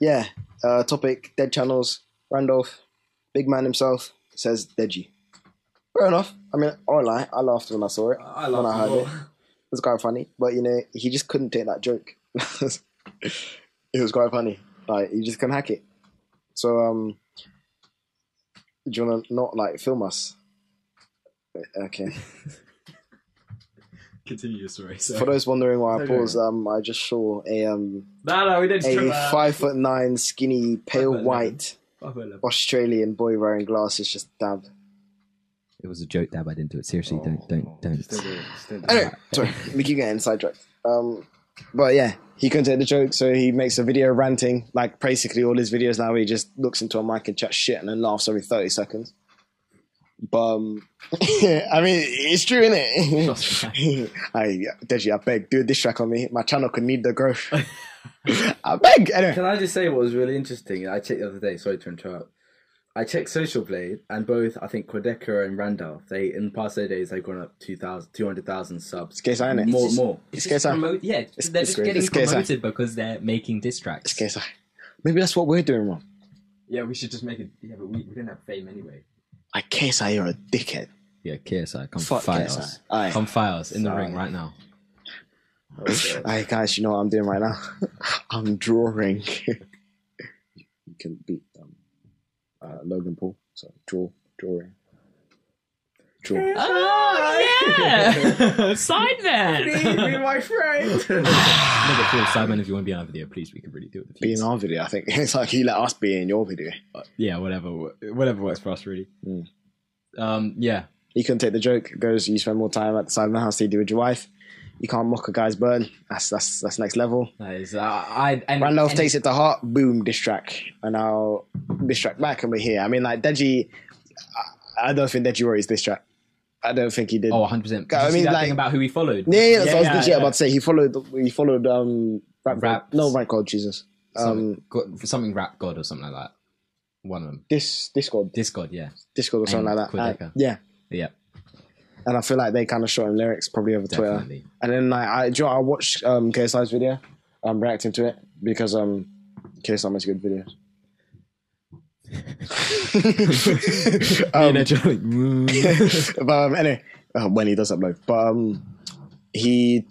yeah. Uh, topic: Dead channels. Randolph, big man himself, says Deji. Fair enough. I mean, I won't lie. I laughed when I saw it.
I
when I
love
heard
it.
it. It was quite funny, but you know, he just couldn't take that joke. <laughs> it was quite funny. Like he just couldn't hack it. So um, do you wanna not like film us? Uh, Okay.
Continue your story.
For
So.
those wondering why I
Okay.
paused, um, I just saw a um,
No, no, we didn't strip
a
that.
five foot nine, skinny, pale
uh, Five foot
white
Five foot eleven.
Australian boy wearing glasses just dab.
It was a joke, Dab. I didn't do it. Seriously, don't,
Oh,
don't,
Just
don't.
don't Oh, do it, just don't do
Anyway,
it.
sorry, we keep getting sidetracked. Um, but yeah, he couldn't take the joke, so he makes a video ranting. Like basically, all his videos now, he just looks into a mic and chats shit and then laughs every thirty seconds. But um, <laughs> I mean, it's true, isn't
Shots
it? <laughs> I Deji, I beg, do a diss track on me. My channel could need the
<laughs>
growth. I beg. Anyway,
Can I just say what was really interesting? I checked the other day. Sorry to interrupt. I checked Social Blade, and both I think Quadeca and Randolph. They in the past eight days they've gone up 2,000 200,000 subs.
It's KSI, innit?
More,
It's just-
more.
It's
just
KSI.
promote- yeah, they're
it's
just
great.
getting
It's KSI.
promoted because they're making diss tracks.
It's KSI. Maybe that's what we're doing wrong.
Yeah, we should just make it. Yeah, but we, we didn't have fame anyway.
Like KSI, you're a dickhead.
Yeah, KSI, come
Fuck
fight
KSI.
us.
Aye. <laughs>
Come fight us in the
Sorry.
ring right now. <laughs>
Okay.
Alright, guys, you know what I'm doing right now? <laughs> I'm <laughs> drawing. you can beat um, uh, Logan Paul. So draw, drawing, draw.
Oh
<laughs>
yeah, <laughs> Sideman.
my friend.
Nigga, feel Sideman if you want to be on our video, please. We could really do it. with the
Be
views.
in our video. I think <laughs> it's like you let us be in your video.
yeah, whatever, whatever works for us, really.
Mm.
Um, yeah,
You can take the joke. It goes. You spend more time at the side of the house than you do with your wife. You can't mock a guy's burn. That's that's that's next level.
that is. Uh, I and,
Randolph
and-
takes it to heart. Boom, diss track, and I'll diss track back, and we're here. I mean, like Deji, I, I don't think Deji worries diss track. I don't think he did.
Oh, 100. percent
I
I mean,
mean,
that
like-
thing about who he followed.
yeah, yeah, that's what I was
yeah,
literally
yeah.
about to say. He followed. He followed. Um, rap,
Raps.
No, rank called Jesus. Um,
Something, God- something rap god or something like that. One of them,
this Discord,
Discord. Yeah,
Discord or something
And
like that.
Quiddeca.
Uh, yeah,
yeah,
and I feel like they kind of shot him lyrics probably over Twitter.
definitely.
And then like, I, do you know, I watched um, KSI's video. I'm reacting to it because um, KSI makes good videos. um,
<laughs>
but um, anyway, uh, when he does upload, but um, he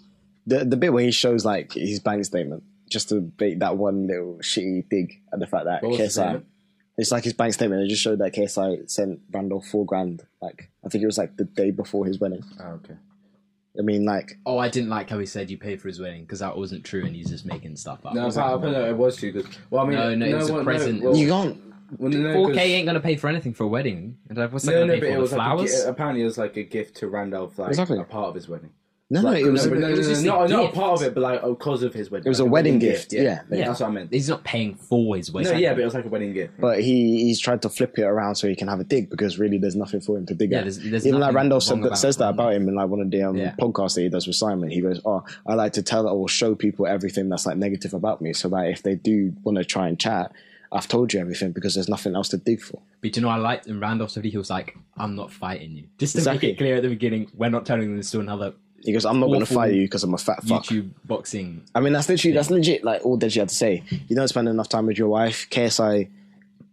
the the bit where he shows like his bank statement just to make that one little shitty dig at the fact that
<laughs> What was the
KSI.
statement?
It's like his bank statement. It just showed that KSI sent Randolph four grand. Like I think it was like the day before his wedding.
oh, okay.
I mean, like
Oh, I didn't like how he said you paid for his wedding because that wasn't true, and he's just making stuff up.
No, but I put it, it was too good. Well, I mean,
No, no, it was a
one-
present.
well,
you can't.
well, no, 'cause-
4K ain't gonna pay for anything for a wedding, and I was
No,
gonna
no,
pay
but
for
it
all the
was like a,
flowers.
gi- apparently it was like a gift to Randolph, like
Exactly.
a part of his wedding.
No, no,
Like,
it was.
no,
It
no, no,
it was
no,
just
no,
a
no, not a
gift.
part of it, but like oh, because of his wedding. It
was a wedding gift. Yeah,
Yeah.
that's what I meant.
He's not paying for his
No,
wedding.
yeah, but it was like a wedding gift.
but he he's tried to flip it around so he can have a dig because really there's nothing for him to dig
Yeah,
at.
there's- there's
Even like
nothing
Randolph said
wrong
that,
about
says that
Randolph.
about him in like one of the um,
Yeah.
podcasts that he does with Simon. He goes, "Oh, I like to tell or show people everything that's like negative about me, so that if they do want to try and chat, I've told you everything because there's nothing else to dig for."
But you know, I liked in Randolph's video, he was like, I'm not fighting you. Just to
Exactly.
make it clear at the beginning, we're not turning this to another
He goes, "I'm not going to
Awful
fight you because I'm a fat fuck."
YouTube boxing.
I mean, that's literally that's legit. Like all Deji had to say, you don't spend enough time with your wife. KSI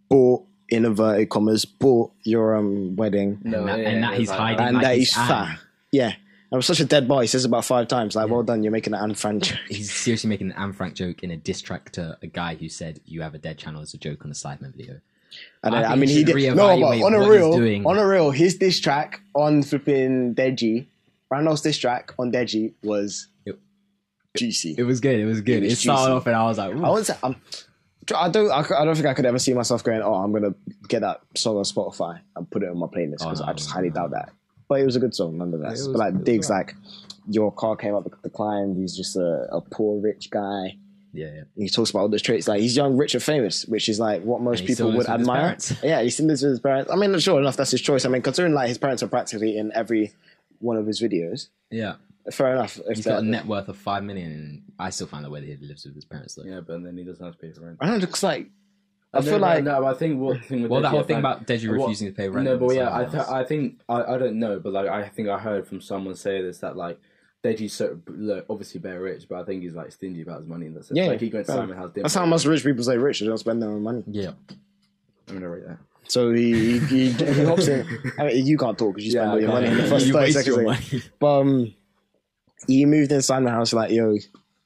bought in inverted commas bought your um wedding.
No,
and that,
yeah,
and that
it was
he's
like
hiding.
and
like
that
his
he's
hand.
fat. Yeah. I was such a dead boy. He says about five times, like, well done, you're making an Anne Frank joke.
He's seriously making an Anne Frank joke in a diss track to a guy who said, You have a dead channel as a joke on a Sideman video.
And
I
I, I
think
mean,
you
he
should
did. No, but
reevaluate
on a
what he's
real,
doing.
on a real, his diss track on flipping Deji, Randall's diss track on Deji was
It-
juicy.
It was good. It was good. It,
It was juicy.
started off, and I was like,
I
"Ooh."
wouldn't say I'm. I don't. I, cou- I don't think I could ever see myself going. Oh, I'm gonna get that song on Spotify and put it on my playlist
Oh,
because
no,
I just
no,
highly
no.
doubt that. But it was a good song nonetheless.
It
But
was- it
like
was
Diggs, like your car came up the climb. He's just a, a poor rich guy.
yeah, yeah.
he talks about all those traits. Like he's young, rich, and famous, which is like what most
And he still
people
lives
would
with his
admire.
parents. <laughs>
Yeah, he's in this with his parents. I mean, sure enough, that's his choice. I mean, considering like his parents are practically in every one of his videos.
yeah.
Fair enough. If
He's got a
they're-
net worth of five million, and I still find the way that he lives with his parents. Though.
Yeah, but then he doesn't have to pay for rent.
I don't know, because like I
No,
feel
no,
like
no. I think what thing with
Well, that
Deji
whole thing
apparently-
about Deji
What-
refusing to pay rent.
No,
and
but yeah,
someone
I, th-
else.
I think I, I don't know, but like I think I heard from someone say this that like Deji's so look, obviously very rich, but I think he's like stingy about his money in that sense.
Yeah,
like he went to
fair.
Simon House. didn't
that's
pay
how
rent.
most rich people say rich. They don't spend their own money.
yeah.
I'm gonna rate that.
So he he,
<laughs>
he, he hops in. I mean, you can't talk because you spend all your money in the first
you
thirty
waste
seconds.
your
like-
money.
But um, he moved inside my house like, yo,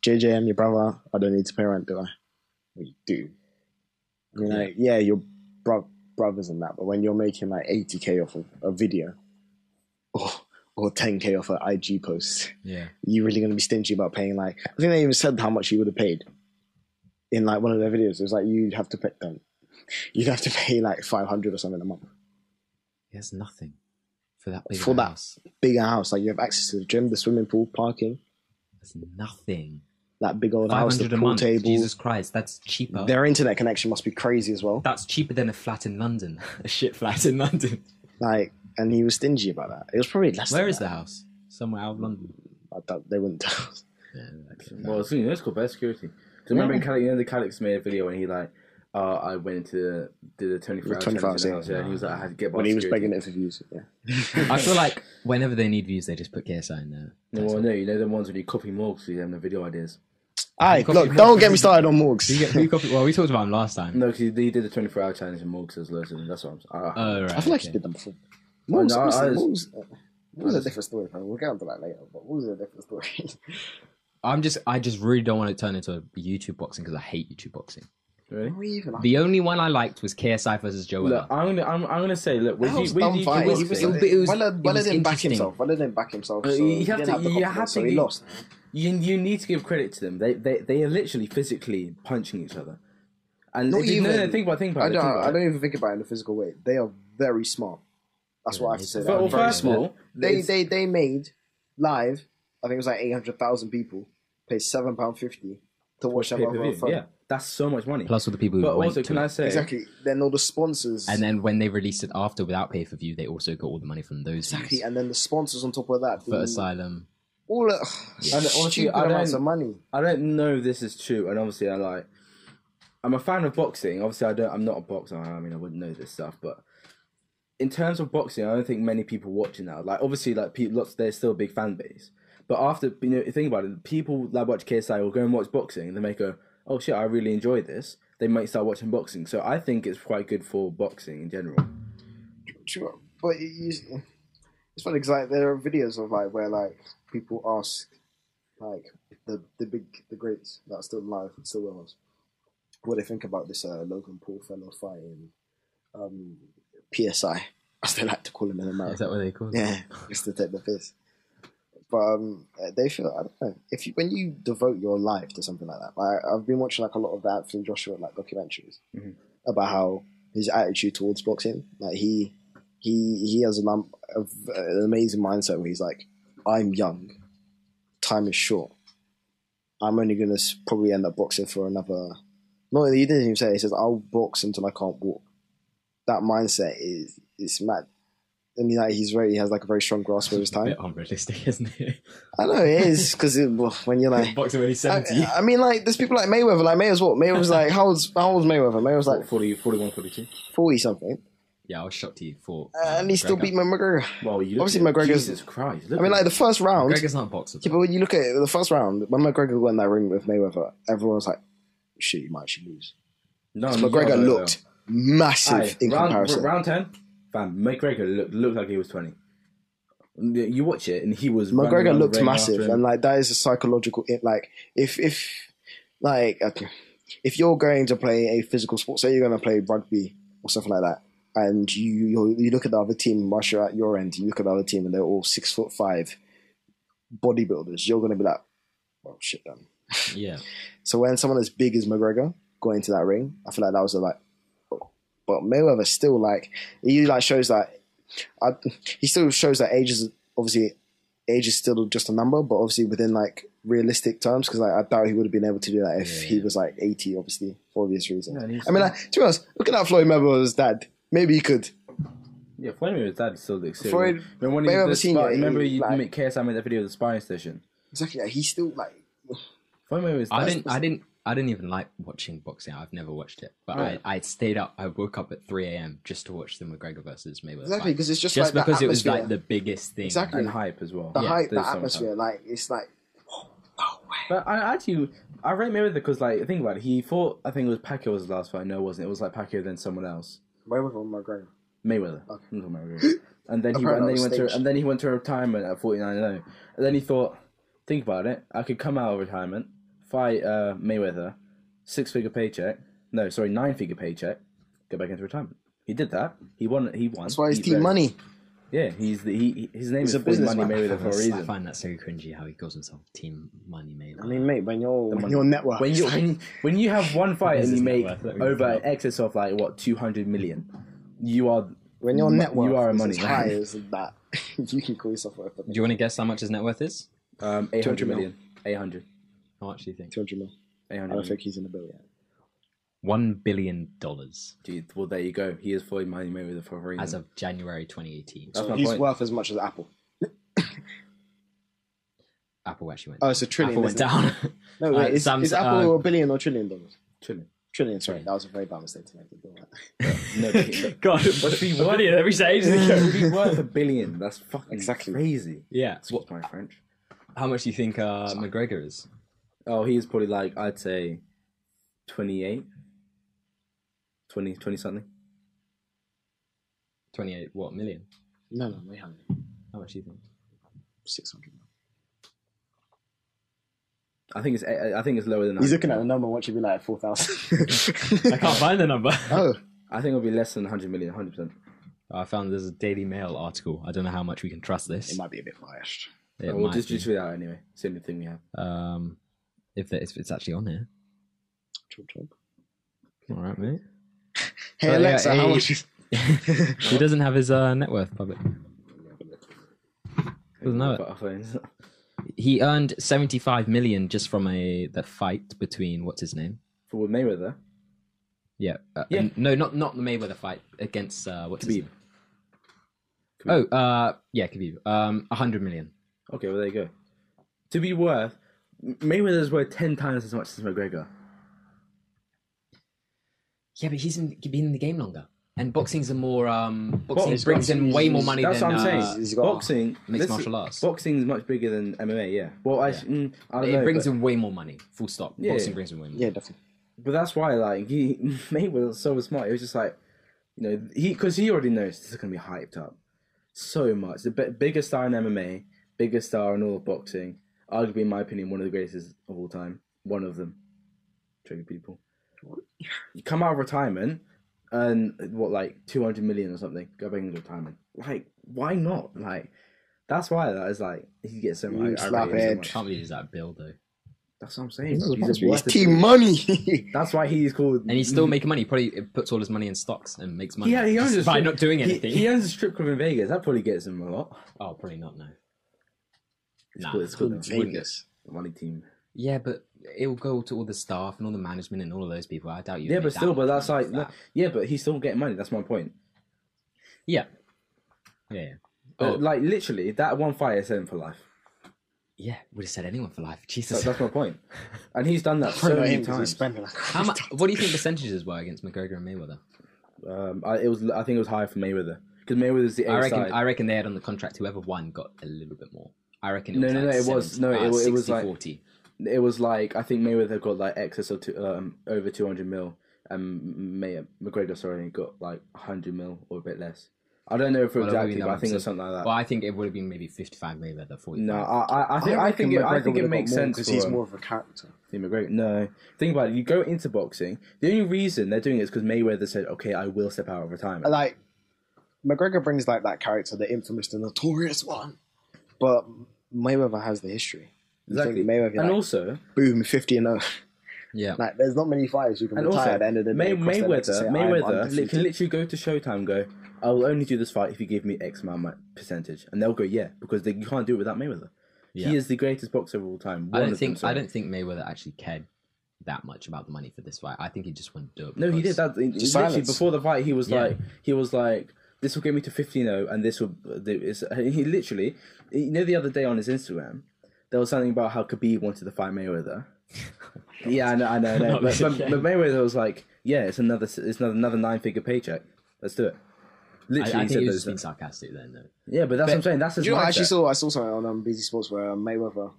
JJM, your brother, I don't need to pay rent, do I? We do. You know, yeah, your bro- brothers and that, but when you're making like 80k off of a video or, or 10k off an IG post,
Yeah.
you really going to be stingy about paying like, I think they even said how much you would have paid in like one of their videos. It was like, you'd have to pay them. You'd have to pay like 500 or something a month.
He has nothing for that big
For
of a
that.
house.
Bigger house, like you have access to the gym, the swimming pool, parking,
That's nothing.
that big old
Five
house, the
hundred a
pool
month.
table.
Jesus Christ, that's cheaper.
Their internet connection must be crazy as well.
that's cheaper than a flat in London. <laughs> a shit flat in London.
Like, and he was stingy about that. It was probably less.
Where is
than
the house? Somewhere out of
<laughs>
London.
that. I doubt they wouldn't tell. us.
Yeah, okay.
Well, it's, you know, it's called best security. Do you remember in Calix, you know, the Calix made a video when he like uh, I went into did a 24 hour
24
challenge in the
hours,
house, yeah, and he was like, I had to get
when he was
security.
begging it for views. Yeah.
I feel like whenever they need views, they just put KSI in there.
No, well, no, you know the ones when you copy more because you have no video ideas.
Aye,
Copy-
look, don't get me started on Morgs.
Who, get- who copied? Well, we talked about him last time.
No, because he, he did the 24 hour challenge in Morgs as well, so that's what I'm saying. Uh,
Oh, right.
<laughs> I feel like
okay.
you did them before. Morgs,
no,
was,
I was-
Morgs, uh, Morgs is a different story, bro. We'll get onto that later, but Morgs is a different story. <laughs>
I'm just, I just really don't want to turn into a YouTube boxing because I hate YouTube boxing.
really?
Not even.
The only one I liked was KSI versus Joe Weller.
Look, I'm gonna, I'm, I'm gonna say, look, with
That was
you, with
dumb
you,
fight.
was-
He was,
it was- it was-
Weller,
it
Weller
was
uh, didn't back
interesting.
himself. Weller didn't back himself.
Uh,
So
you
he
have
didn't
to-
have the
you have
confidence,
to
so he
give-
lost.
you, you need to give credit to them. They, they, they are literally physically punching each other. And
Not
they did- no, no,
even-
think about, it, think about,
I
it,
don't.
think about
I
it.
don't even think about it in a physical way. They are very smart. That's what I have to say.
Well,
They are
well,
very
first of
smart.
all,
they
it's-
they they made live. I think it was like eight hundred thousand people pay seven pound fifty to watch them over on
pay-per-view,
phone.
yeah, that's so much money.
Plus all the people who
but
went
also,
to
can
it.
I say,
Exactly. Then all the sponsors.
And then when they released it after without pay per view, they also got all the money from those.
exactly.
views.
And then the sponsors on top of that.
Foot
the-
Asylum.
All the <sighs>
And honestly,
stupid
I
amounts
don't-
of money.
I don't know if this is true, and obviously I like. I'm a fan of boxing. Obviously, I don't. I'm not a boxer. I mean, I wouldn't know this stuff, but in terms of boxing, I don't think many people watching now. Like, obviously, like people, lots there's still a big fan base, but after you know, think about it, people that watch KSI will go and watch boxing, and they may go, "Oh shit, I really enjoy this." They might start watching boxing, so I think it's quite good for boxing in general.
Sure, but it, you, it's funny because like there are videos of like where like people ask like the the big the greats that are still alive and still with us what they think about this uh, Logan Paul fellow fighting um, PSI <laughs> as they like to call him in
Is
America.
that what they call? it?
Yeah, <laughs> just to take the piss. But um, they feel I don't know if you, when you devote your life to something like that. Like, I've been watching like a lot of the Anthony Joshua like documentaries
Mhm.
about how his attitude towards boxing. Like he he he has an, um, a v- an amazing mindset where he's like, I'm young, time is short. I'm only gonna s- probably end up boxing for another. No, he didn't even say. It. He says I'll box until I can't walk. That mindset is is mad. I mean, like he's very he has like a very strong grasp of his
A
time.
bit unrealistic, <laughs> isn't it?
<laughs> I know it is because when you're like,
Boxer when he's <laughs> seventy.
I, I mean, like there's people like Mayweather. Like Mayweather's what? Mayweather was like how old's how old's Mayweather? Mayweather was like
40, 41, 42.
forty something,
yeah, I was shocked he fought.
uh, and he still beat McGregor.
Well, you look
Obviously,
at it,
McGregor's-
Jesus Christ. Look
I mean,
at
like
it.
the first round.
McGregor's not a boxer.
Yeah, but when you look at it, the first round, when McGregor went that ring with Mayweather, everyone was like, shit, you might actually lose.
no,
So
no,
McGregor
no, no.
looked massive
Aye,
in
round,
comparison.
r- round 10, fam, McGregor looked, looked like he was 20. Y- You watch it, and he was. running
McGregor
around the
looked
ring
massive,
after him.
and like that is a psychological. It, like if if like okay, if you're going to play a physical sport, say you're going to play rugby or something like that, and you you you look at the other team whilst you're at your end, you look at the other team, and they're all six foot five bodybuilders. You're going to be like, well, shit, then.
Yeah,
So when someone as big as McGregor got into that ring, I feel like that was a like, but Mayweather still like he like shows that I, he still shows that age is obviously age is still just a number, but obviously within like realistic terms because like I doubt he would have been able to do that if
Yeah.
he was like eighty, obviously for obvious reasons.
Yeah, and he's-
I mean, like, to be honest, looking at Floyd Mayweather's dad, maybe he could.
Yeah, Floyd Mayweather's dad still looks sick.
Floyd
remember when he
Mayweather
did the
Senior,
spy-
he-
remember you
like-
made KSI made that video of the spying station?
Exactly, like, he still like
Floyd Mayweather's
I
dad-
didn't. I didn't. I didn't even like watching boxing. I've never watched it, but
Right.
I, I stayed up. I woke up at three a.m. just to watch the McGregor versus Mayweather.
exactly
fight.
because it's just,
just
like
because
the
it was like
atmosphere.
the biggest thing.
Exactly.
And hype as well.
the
Yeah,
hype,
there's
the
so much
atmosphere.
hype.
Like it's like oh, no way.
But I actually. I rate Mayweather because, like, think about it. He fought, I think it was Pacquiao was his last fight. No, it wasn't. It was like Pacquiao, then someone else.
Mayweather or McGregor.
Mayweather.
Okay.
I'm talking about Mayweather. And then he,
Apparently
and
I
then
was
he went to
staged.
and then he went to retirement at 49 and 0. And then he thought, think about it, I could come out of retirement, fight uh, Mayweather, six figure paycheck. No, sorry, nine figure paycheck. Go back into retirement. He did that. He won. He won.
That's why he's
He
team
very-
money.
Yeah, he's the he. he- His name
He's a
is Floyd Money
businessman.
Mayweather for a
I
reason.
find that so cringy how he calls himself Team Money Mayweather.
I mean, mate, when you're when
money.
your network
When you when, when you
<laughs>
have one fight
This
and
is
you
not
make
worth it.
over an excess of like what 200 million, you are
when your
you
network
are a
is
money
as
man.
high as that, <laughs> you can call yourself worth
do you want to guess how much his net worth is?
um 800
200 mil.
million. 800.
How much do you think?
two hundred mil.
800
I don't
million.
think he's in the bill yet.
One billion dollars
Dude, well, there you go. He is Floyd Money Mayweather for a reason.
as of January 2018.
That's my
he's
point.
worth as much as Apple.
Apple actually went.
Oh, it's a trillion.
Apple went
Oh, isn't it?
down.
No, wait,
Uh,
is, is
Samsung-
uh, Apple a billion or trillion dollars?
Chilling.
Trillion, sorry, that was a very bad mistake to make. I feel like.
No,
<laughs>
but
God,
But
<laughs>
she won.
billion every stage.
<laughs> it'd be worth a billion. That's fucking
Exactly.
crazy.
yeah.
Excuse my French.
How much do you think uh, McGregor is?
Oh, he's probably like I'd say 28, 20, 20 something.
Twenty-eight. What million?
No, no, we haven't.
How much do you think?
Six hundred.
I think it's I I think it's lower than.
He's
100.
looking at the number. What should be like four <laughs> thousand?
I can't find the number.
<laughs> Oh,
I think it'll be less than 100 million, 100 percent.
<laughs> I found there's a Daily Mail article. I don't know how much we can trust this.
it might be a bit biased.
It
We'll
might
just
be.
just read out anyway. It's the only thing we have.
Um, if, there, if it's actually on here.
Chug, chug.
All right, mate.
Oh, Hey
yeah,
Alexa, how
hey.
much <laughs> is?
<laughs> he doesn't have his uh, net worth public. Doesn't know it.
But uh, our phones.
He earned 75 million just from a the fight between what's his name?
<laughs> For with Mayweather,
Yeah. Uh,
Yeah.
and- No, not not the Mayweather fight against uh, what's his
Khabib.
name? Oh, uh, yeah, Khabib. Um, 100 million.
Okay, well there you go. To be worth, M- Mayweather's worth ten times as much as McGregor.
Yeah, but he's in, been in the game longer. And boxing's a more um, boxing
Boxing-
brings in way more money
That's
than
what I'm
uh,
saying.
he's got
boxing,
mixed
listen,
martial arts.
Boxing is much bigger than MMA. Yeah. Well, I, mm, I don't
it
know.
brings
but,
in way more money. Full stop.
Yeah,
boxing
yeah.
brings in way more.
Yeah, definitely.
but that's why, like, he <laughs> Mayweather was so smart. He was just like, you know, he because he already knows this is gonna be hyped up so much. The b- biggest star in MMA, biggest star in all of boxing, arguably, in my opinion, one of the greatest of all time. One of them. Trigger people. You come out of retirement, earn what like two hundred million or something. Go back into retirement. Like, why not? Like, that's why that is like he gets so much. I- I
slap
rate him so
it.
I
much.
can't believe he's that bill though.
That's what I'm saying. bro. He's
It's
a worth it.
team money. <laughs>
That's why he's called.
And he's still making money. He Probably puts all his money in stocks and makes money.
Mm-hmm. Yeah, he owns
just <laughs>
a
by
strip-
not doing
he,
anything.
he owns a strip club in Vegas. That probably gets him a lot.
Oh, probably not. No.
It's
Nah.
called, it's called the
Vegas.
money team.
Yeah, but it will go to all the staff and all the management and all of those people. I doubt you.
Yeah, but still, but that's like, yeah, but he's still getting money. That's my point.
yeah, yeah, yeah.
But
Oh.
Uh, like literally, that one fight is him
<laughs>
for life.
yeah would have said anyone for life.
That,
Jesus,
that's my point. And
<laughs>
he's done that so
Probably not him
many
'cause he's
times.
spending like
how
<laughs>
much? What do you think percentages were against McGregor and Mayweather?
Um, I, it was, I think it was higher for Mayweather because Mayweather's the
I reckon.
outside.
I reckon they had on the contract. Whoever won got a little bit more. I reckon. It
No,
was
no,
like
no,
70,
it was- no, it
uh,
wa- it was
60,
like-
40.
It was like I think Mayweather got like excess of two, um, over two hundred mil, and May- McGregor sorry got like hundred mil or a bit less. I don't know for
Well,
exactly,
maybe
but I think it was
so-
something like that.
Well, I think it would have been maybe fifty-five Mayweather, forty.
No, I, I, I think I, think it, I think it makes sense
because
for
he's
him.
more of a character.
Conor McGregor. No, think about it. You go into boxing. The only reason they're doing it is because Mayweather said, "Okay, I will step out of retirement."
Like McGregor brings like that character, the infamous, the notorious one. But Mayweather has the history. You think
exactly.
Mayweather,
and
like,
also,
boom, fifty and 0.
yeah.
Like, there's not many fighters you can
and
retire
also,
at the end of the
May-
day. across their legs to
Mayweather,
say, "I'm
Mayweather li-
undefeated."
can literally go to Showtime. and Go, I will only do this fight if you give me X amount of my percentage, and they'll go, "Yeah," because they, you can't do it without Mayweather.
Yeah.
He is the greatest boxer of all time.
I
One
don't
of them,
think. I
sorry.
don't think Mayweather actually cared that much about the money for this fight. I think he just went do it.
No, he
because-
did that. He, literally
silence.
before the fight, he was
Yeah.
like, he was like, this will get me to 15-0, and this will. It's, he literally, you know, the other day on his Instagram, there was something about how Khabib wanted to
<laughs>
fight Mayweather. yeah, I know, I know, I know. but, but, but Mayweather was like, yeah, it's another, it's another, another nine-figure paycheck. Let's do
I,
it.
I
Literally, he
think
said
he was
those
just being
things.
sarcastic then, though.
Yeah, but that's what I'm saying. That's his
Do you know, I
mindset.
actually saw I saw something on um, BT Sports where um, Mayweather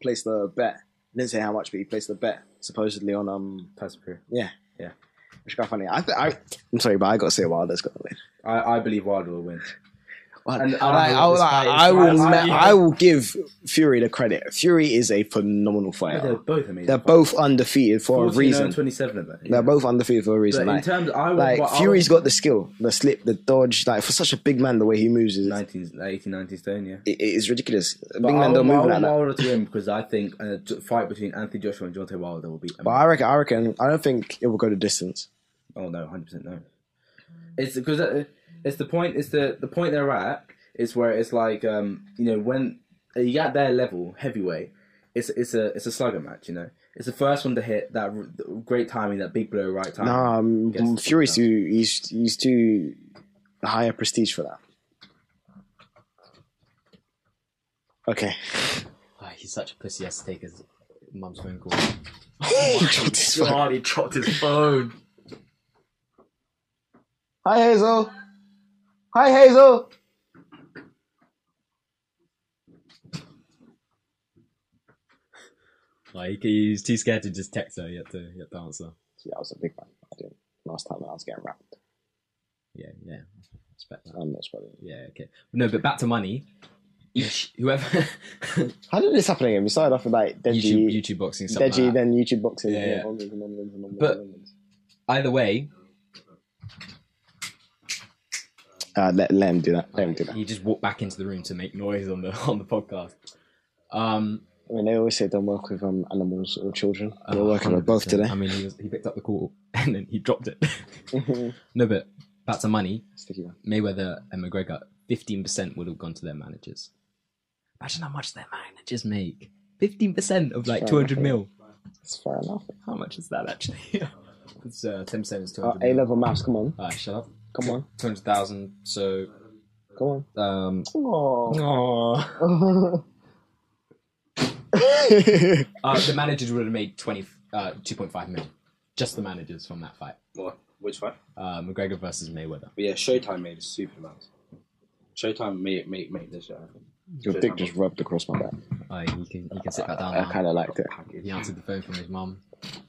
placed the bet. Didn't say how much, but he placed the bet supposedly on um
Tyson Fury.
yeah
Yeah.
which is quite funny. I, th- I I'm sorry, but I got to say Wilder's got to win.
I, I believe Wilder will win.
And,
And
I, I,
I
will-
like
I
this
will,
guy.
ma-
I- I-
I will give Fury the credit. Fury is a phenomenal
They're
fighter.
both amazing.
They're both undefeated for a
14-0
reason.
and 27 of them.
They're both undefeated for a
But
reason.
in
Like,
terms, I would,
like
but I would-
Fury's got the skill, the slip, the dodge. Like for such a big man, the way he moves is it,
19, 18, 19 stone, yeah.
it is ridiculous. Big
But
man
I'll,
don't move
I'll,
like that.
I'll order to him because I think a j- fight between Anthony Joshua and Deontay Wilder will be.
But I reckon, I reckon, I don't think it will go the distance.
oh no, hundred percent no. It's because uh, it's the point. It's the the point they're at is where it's like um you know when uh, you at their level heavyweight, it's it's a it's a slugger match. You know, it's the first one to hit that r- great timing, that big blow, right time.
Nah, I'm,
Guess.
I'm furious. Too, he's he's too higher prestige
<laughs>
for that. Okay.
Oh
<laughs>
Ah, he's such a pussy. He has to take his mum's phone call.
he dropped his phone.
God, he dropped his
<laughs>
phone.
Hi Hazel. Hi Hazel.
Like he's too scared to just text her. Yet to yet to answer.
Yeah, I was a big man. I didn't. Last time I was getting wrapped.
Yeah, yeah. I Respect that.
Um, that's probably.
Yeah, okay. No, but back to money. Whoever <laughs>
How did this happen again? We started off with like
YouTube
Deji,
YouTube boxing something.
Deji,
like that.
then YouTube boxing.
Yeah,
and
yeah.
then onwards and onwards and onwards
But-
and onwards.
Either way,
Uh, let, let him do that. Let him do that.
he just walked back into the room to make noise on the <laughs> on the podcast. Um,
I mean, they always say don't work with um, animals or children.
uh,
We're working with both
100%.
today.
I mean, he was he picked up the call <laughs> and then he dropped it. <laughs> no, but back to money.
<laughs> Sticky one.
Mayweather and McGregor, fifteen percent would have gone to their managers. Imagine how much their managers make. Fifteen percent of like
Fair
two hundred
enough, yeah.
mil.
That's fair enough.
How much is that actually? <laughs> it's uh, ten percent is two
Uh,
hundred.
A level maths, come on.
Uh, shut up.
Come on.
Two hundred thousand. So,
Come on.
um, <laughs>
Oh.
aw.
That's
uh, the managers would have made 20, uh, 2.5 mil. Just the managers from that fight.
What? Which one?
Uh, McGregor versus Mayweather.
But yeah, Showtime made a super amount. Showtime made made made this
uh,
shit happen.
<laughs> Your dick just rubbed across my back.
Uh, you can you can sit back down.
I
now.
kind of liked it.
He answered the phone from his mum.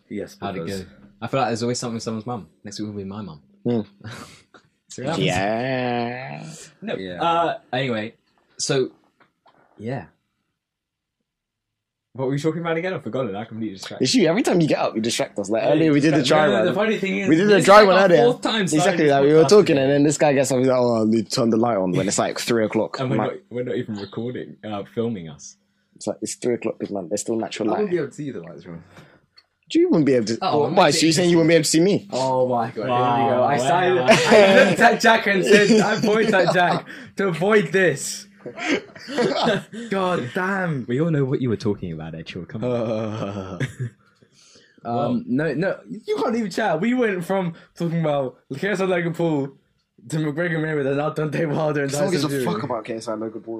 Yes,
How'd it
because-
go? I feel like there's always something with someone's mum. Next week will be my mum.
Hmm.
<laughs> See what happens.
Yeah.
No.
Yeah.
Uh, anyway, so yeah. What were we talking about again? I've forgotten. I completely distracted.
It's you. Every time you get up, you distract us. Like earlier, we did the dry
No, no,
one.
The funny thing is,
We did the
this
dry
is
one
our
earlier.
Fourth time starting
Exactly
this
that. We were
podcast
talking,
today.
and then this guy gets up. He's like, "Oh, they turned the light on when it's like three o'clock."
and
I'm
we're
like,
not, we're not even recording, uh, filming us.
it's like it's three o'clock, big man. There's still natural
I wouldn't
light.
be able to see the lights room.
Do you wouldn't be able to?
Oh,
Oh,
I'm
why?
not
So you saying you wouldn't be able to see me?
Oh my god, here
Wow,
we go.
wow.
I, signed, <laughs> I looked at Jack and said, I pointed at Jack to avoid this. God
<laughs>
damn.
We all know what you were talking about, Edgehill. Come on.
Um, no, no, you can't even chat. We went from talking about KSI Logan Paul to McGregor Mayweather, and now Dante Wilder and
Someone
Tyson
gives a
Fury.
fuck about KSI Logan Paul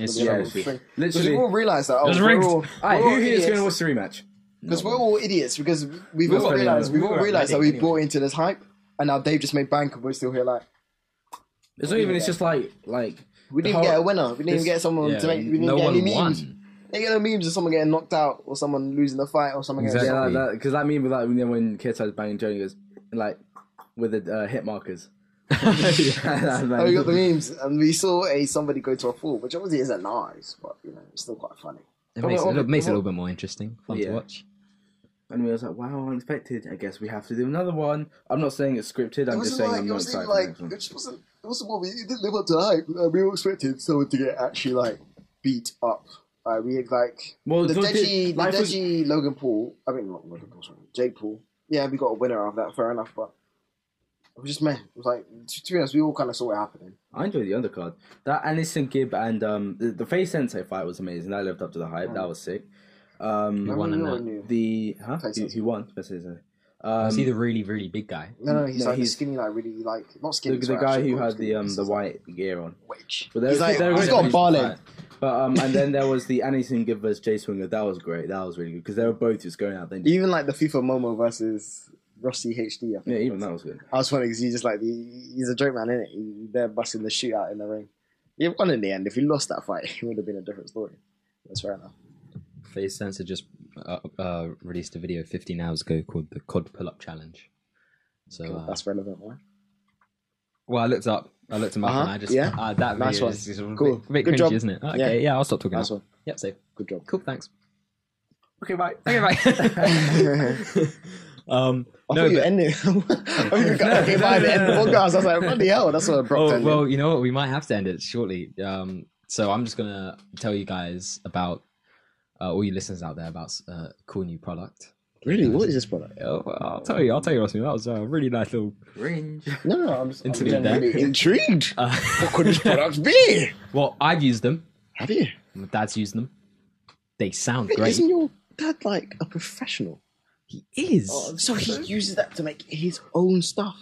It's
It's just gonna be
true.
another thing. Because we
Literally.
all realise that. Oh,
Those
we're
rings.
all-
Alright,
we're all
who here is going
idiots.
to watch the rematch?
Because we're all idiots. Because we've
We
all
were
realised
spending-
we've
we
all
were
realised that we
ready
bought into this hype, and now Dave just made bank, and we're still here like
It's not even, it's just like, like,
we didn't
The
even
whole-
get a winner. We didn't even
this-
get someone
Yeah,
Um, to make. We didn't
no
get any
one
memes.
won.
They get no memes of someone getting knocked out or someone losing the fight or someone
Exactly.
getting
yeah, that, because that meme with like, you know, when KSI's banging Joe, he goes, like, with the uh,
<laughs>
hit markers. <laughs>
Oh, we got the memes, and we saw a somebody go to a fall, which obviously isn't nice, but you know it's still quite funny.
It makes, it,
Oh,
a little- makes it a
oh.
little bit more interesting, fun
Yeah.
to watch.
And we was like, wow, unexpected. I guess we have to do another one. I'm not saying it's scripted.
It
I'm
wasn't
just saying
like
I'm
it
not
wasn't
excited.
even
for the
like
next one.
it wasn't it wasn't what we it didn't live up to the hype. Uh, we all expected someone to get actually like beat up. Uh, we had like
Well,
the
don't
Deji, the
you- like, for-
Deji Logan Paul. I mean, not Logan Paul, sorry, Jake Paul. Yeah, we got a winner out of that. Fair enough, but it was just man. It was like to, to be honest, we all kind of saw it happening.
I enjoyed the undercard. That Anderson Gibb and um, the, the Face Sensei fight was amazing. That lived up to the hype.
Mm.
That was sick. Um,
won
I mean,
in
we all
that?
knew.
the huh?
Face
Who,
Sensei.
who won? Face Sensei. Um,
Is he the really, really big guy?
No, no, he's
No,
like the
he's-
skinny, like really, like not skinny.
the, the
sorry,
guy
actually,
who
not
had the
skinny,
um
he's
the
just
white gear on.
wedge.
But there
He's
was-
like,
there was
he's
a
got a
finish
bar
to the
leg.
fight. But um, and then there was the Anderson Gibb versus Jay Swinger. That was great. That was really good because they were both just going out there. and just-
Even like the FIFA Momo versus Rossi HD. I think.
Yeah, even that was good.
I was wondering because he's just like the, he's a joke man, isn't he? They're busting the shootout in the ring. He won in the end. If he lost that fight, <laughs> it would have been a different story. That's fair enough.
Face Sensor just uh, uh, released a video 15 hours ago called the COD Pull Up Challenge. So, uh,
That's relevant, right?
well, I looked up, I looked him up,
Uh-huh,
and I just
yeah.
uh, that
Nice
video
one.
is, is a bit-
Cool.
bit
Good
cringy,
job.
isn't it? Okay, yeah, I'll stop talking.
Nice
now.
one.
Yep, safe. <laughs>
Good job.
Cool, thanks.
Okay, bye.
<laughs> Okay,
<laughs>
right. um,
I
no,
thought you
but-
ended. <laughs> I thought you got- okay,
no,
by
no,
the end of
no,
the podcast, I was like, bloody hell, that's what I brought.
Oh well, you know what? We might have to end it shortly. Um, so I'm just gonna tell you guys about uh, all you listeners out there about uh, cool new product.
really, what is
<laughs>
this product?
Oh, well, I'll tell you. I'll tell you, Rossman. That was a really nice little. <laughs>
Range.
No, no, I'm just I'm
Interlude
really
there. <laughs>
really intrigued.
Uh,
what could this product be?
well, I've used them.
Have you?
My dad's used them. They sound
But
great.
Isn't your dad like a professional?
He is.
So he uses that to make his own stuff.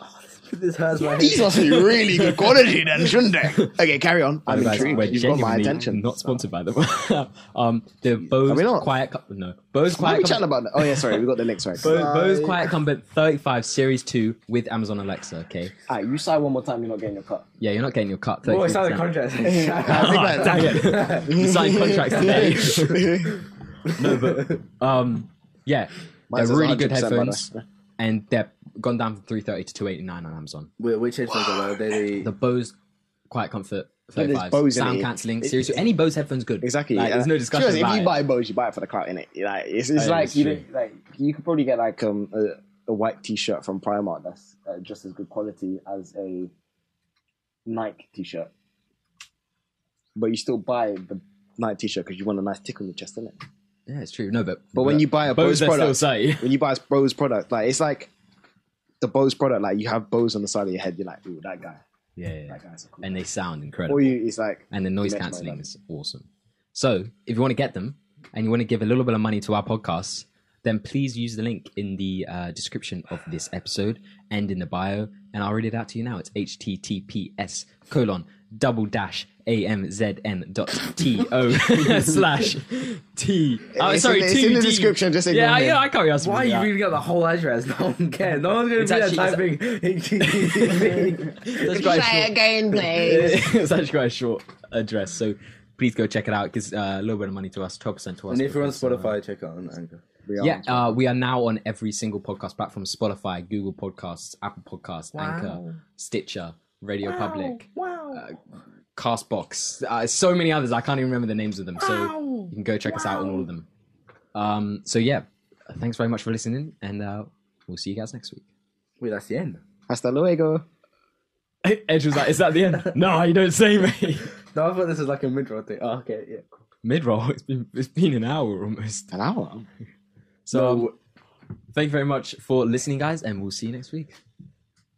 this hurts my head.
These are some really good quality then, shouldn't they? Okay, carry on. I'm
Guys,
intrigued.
we're
You've got my
genuinely
attention.
Not sponsored by them. <laughs> um, the Bose
Are we not?
Quiet Co- no Bose
Why are
Quiet
we
Com-
chatting about that? Oh yeah, sorry, we got the links right.
Bose, Bose Quiet Combat 35 Series 2 with Amazon Alexa. Okay,
Alright, you sigh one more time, you're not getting your cut.
yeah, you're not getting your cut.
Oh,
33%.
it's out of contract.
<laughs> Ah, dang it!
<laughs>
you signed
<laughs>
contracts today. no, but um, yeah,
Mine's
they're really good
100% by
headphones,
the way.
and they're gone down from 330 to 289 on Amazon.
Wh- Which headphones are they? They-
The Bose Quiet Comfort
there's
35
Bose in
sound
it.
cancelling Series 2. Any Bose headphones good?
Exactly.
Like,
yeah.
there's no discussion
Sure,
about
if you
it.
buy Bose, you buy it for the clout, innit? Like it's, it's
Oh,
like
that's
you
true.
don't, like you could probably get like um a, a white T-shirt from Primark that's uh, just as good quality as a Nike T-shirt, but you still buy the Nike T-shirt because you want a nice tick on your chest, innit?
Yeah, it's true. No, but
But when you buy a
Bose,
Bose
they're still
product,
say
when you buy a Bose product, like it's like the Bose product, like you have Bose on the side of your head, you're like, ooh, that guy,
<laughs> yeah, yeah, yeah.
that guy's a cool.
and they sound incredible,
or you, it's like
and the noise
Next
cancelling
one.
is awesome. So if you want to get them and you want to give a little bit of money to our podcast, then please use the link in the uh, description of this episode and in the bio, and I'll read it out to you now. It's https colon double dash amzn dot to <laughs> slash t. Oh,
It's in
sorry,
the- it's in
two
the
D.
description, just ignore
yeah,
me.
yeah, I can't be asked.
Why are you reading out the whole address? No
<laughs>
one cares. No one's going
It's
to be
actually-
there typing.
Try again, please. <laughs> it's actually quite a short address, so please go check it out. It gives uh, a little bit of money to us, twelve percent to us.
<laughs> and if you're on
because, uh,
Spotify, check out on Anchor.
we are
yeah, uh, we are now on every single podcast platform: Spotify, Google Podcasts, Apple Podcasts, Anchor, Stitcher, Radio Public, uh,
Wow.
Castbox, uh, so many others. I can't even remember the names of them. So you can go check us out on all of them. Um, so yeah, thanks very much for listening, and uh, we'll see you guys next week.
Wait, that's the end.
hasta luego.
<laughs> Edge was like, "Is that the <laughs> end?" no, you don't say <laughs> me.
No, I thought this was like a mid-roll thing. Oh, okay, yeah. Cool.
Mid roll. It's been it's been an hour almost.
An hour.
So um, thank you very much for listening, guys, and we'll see you next week.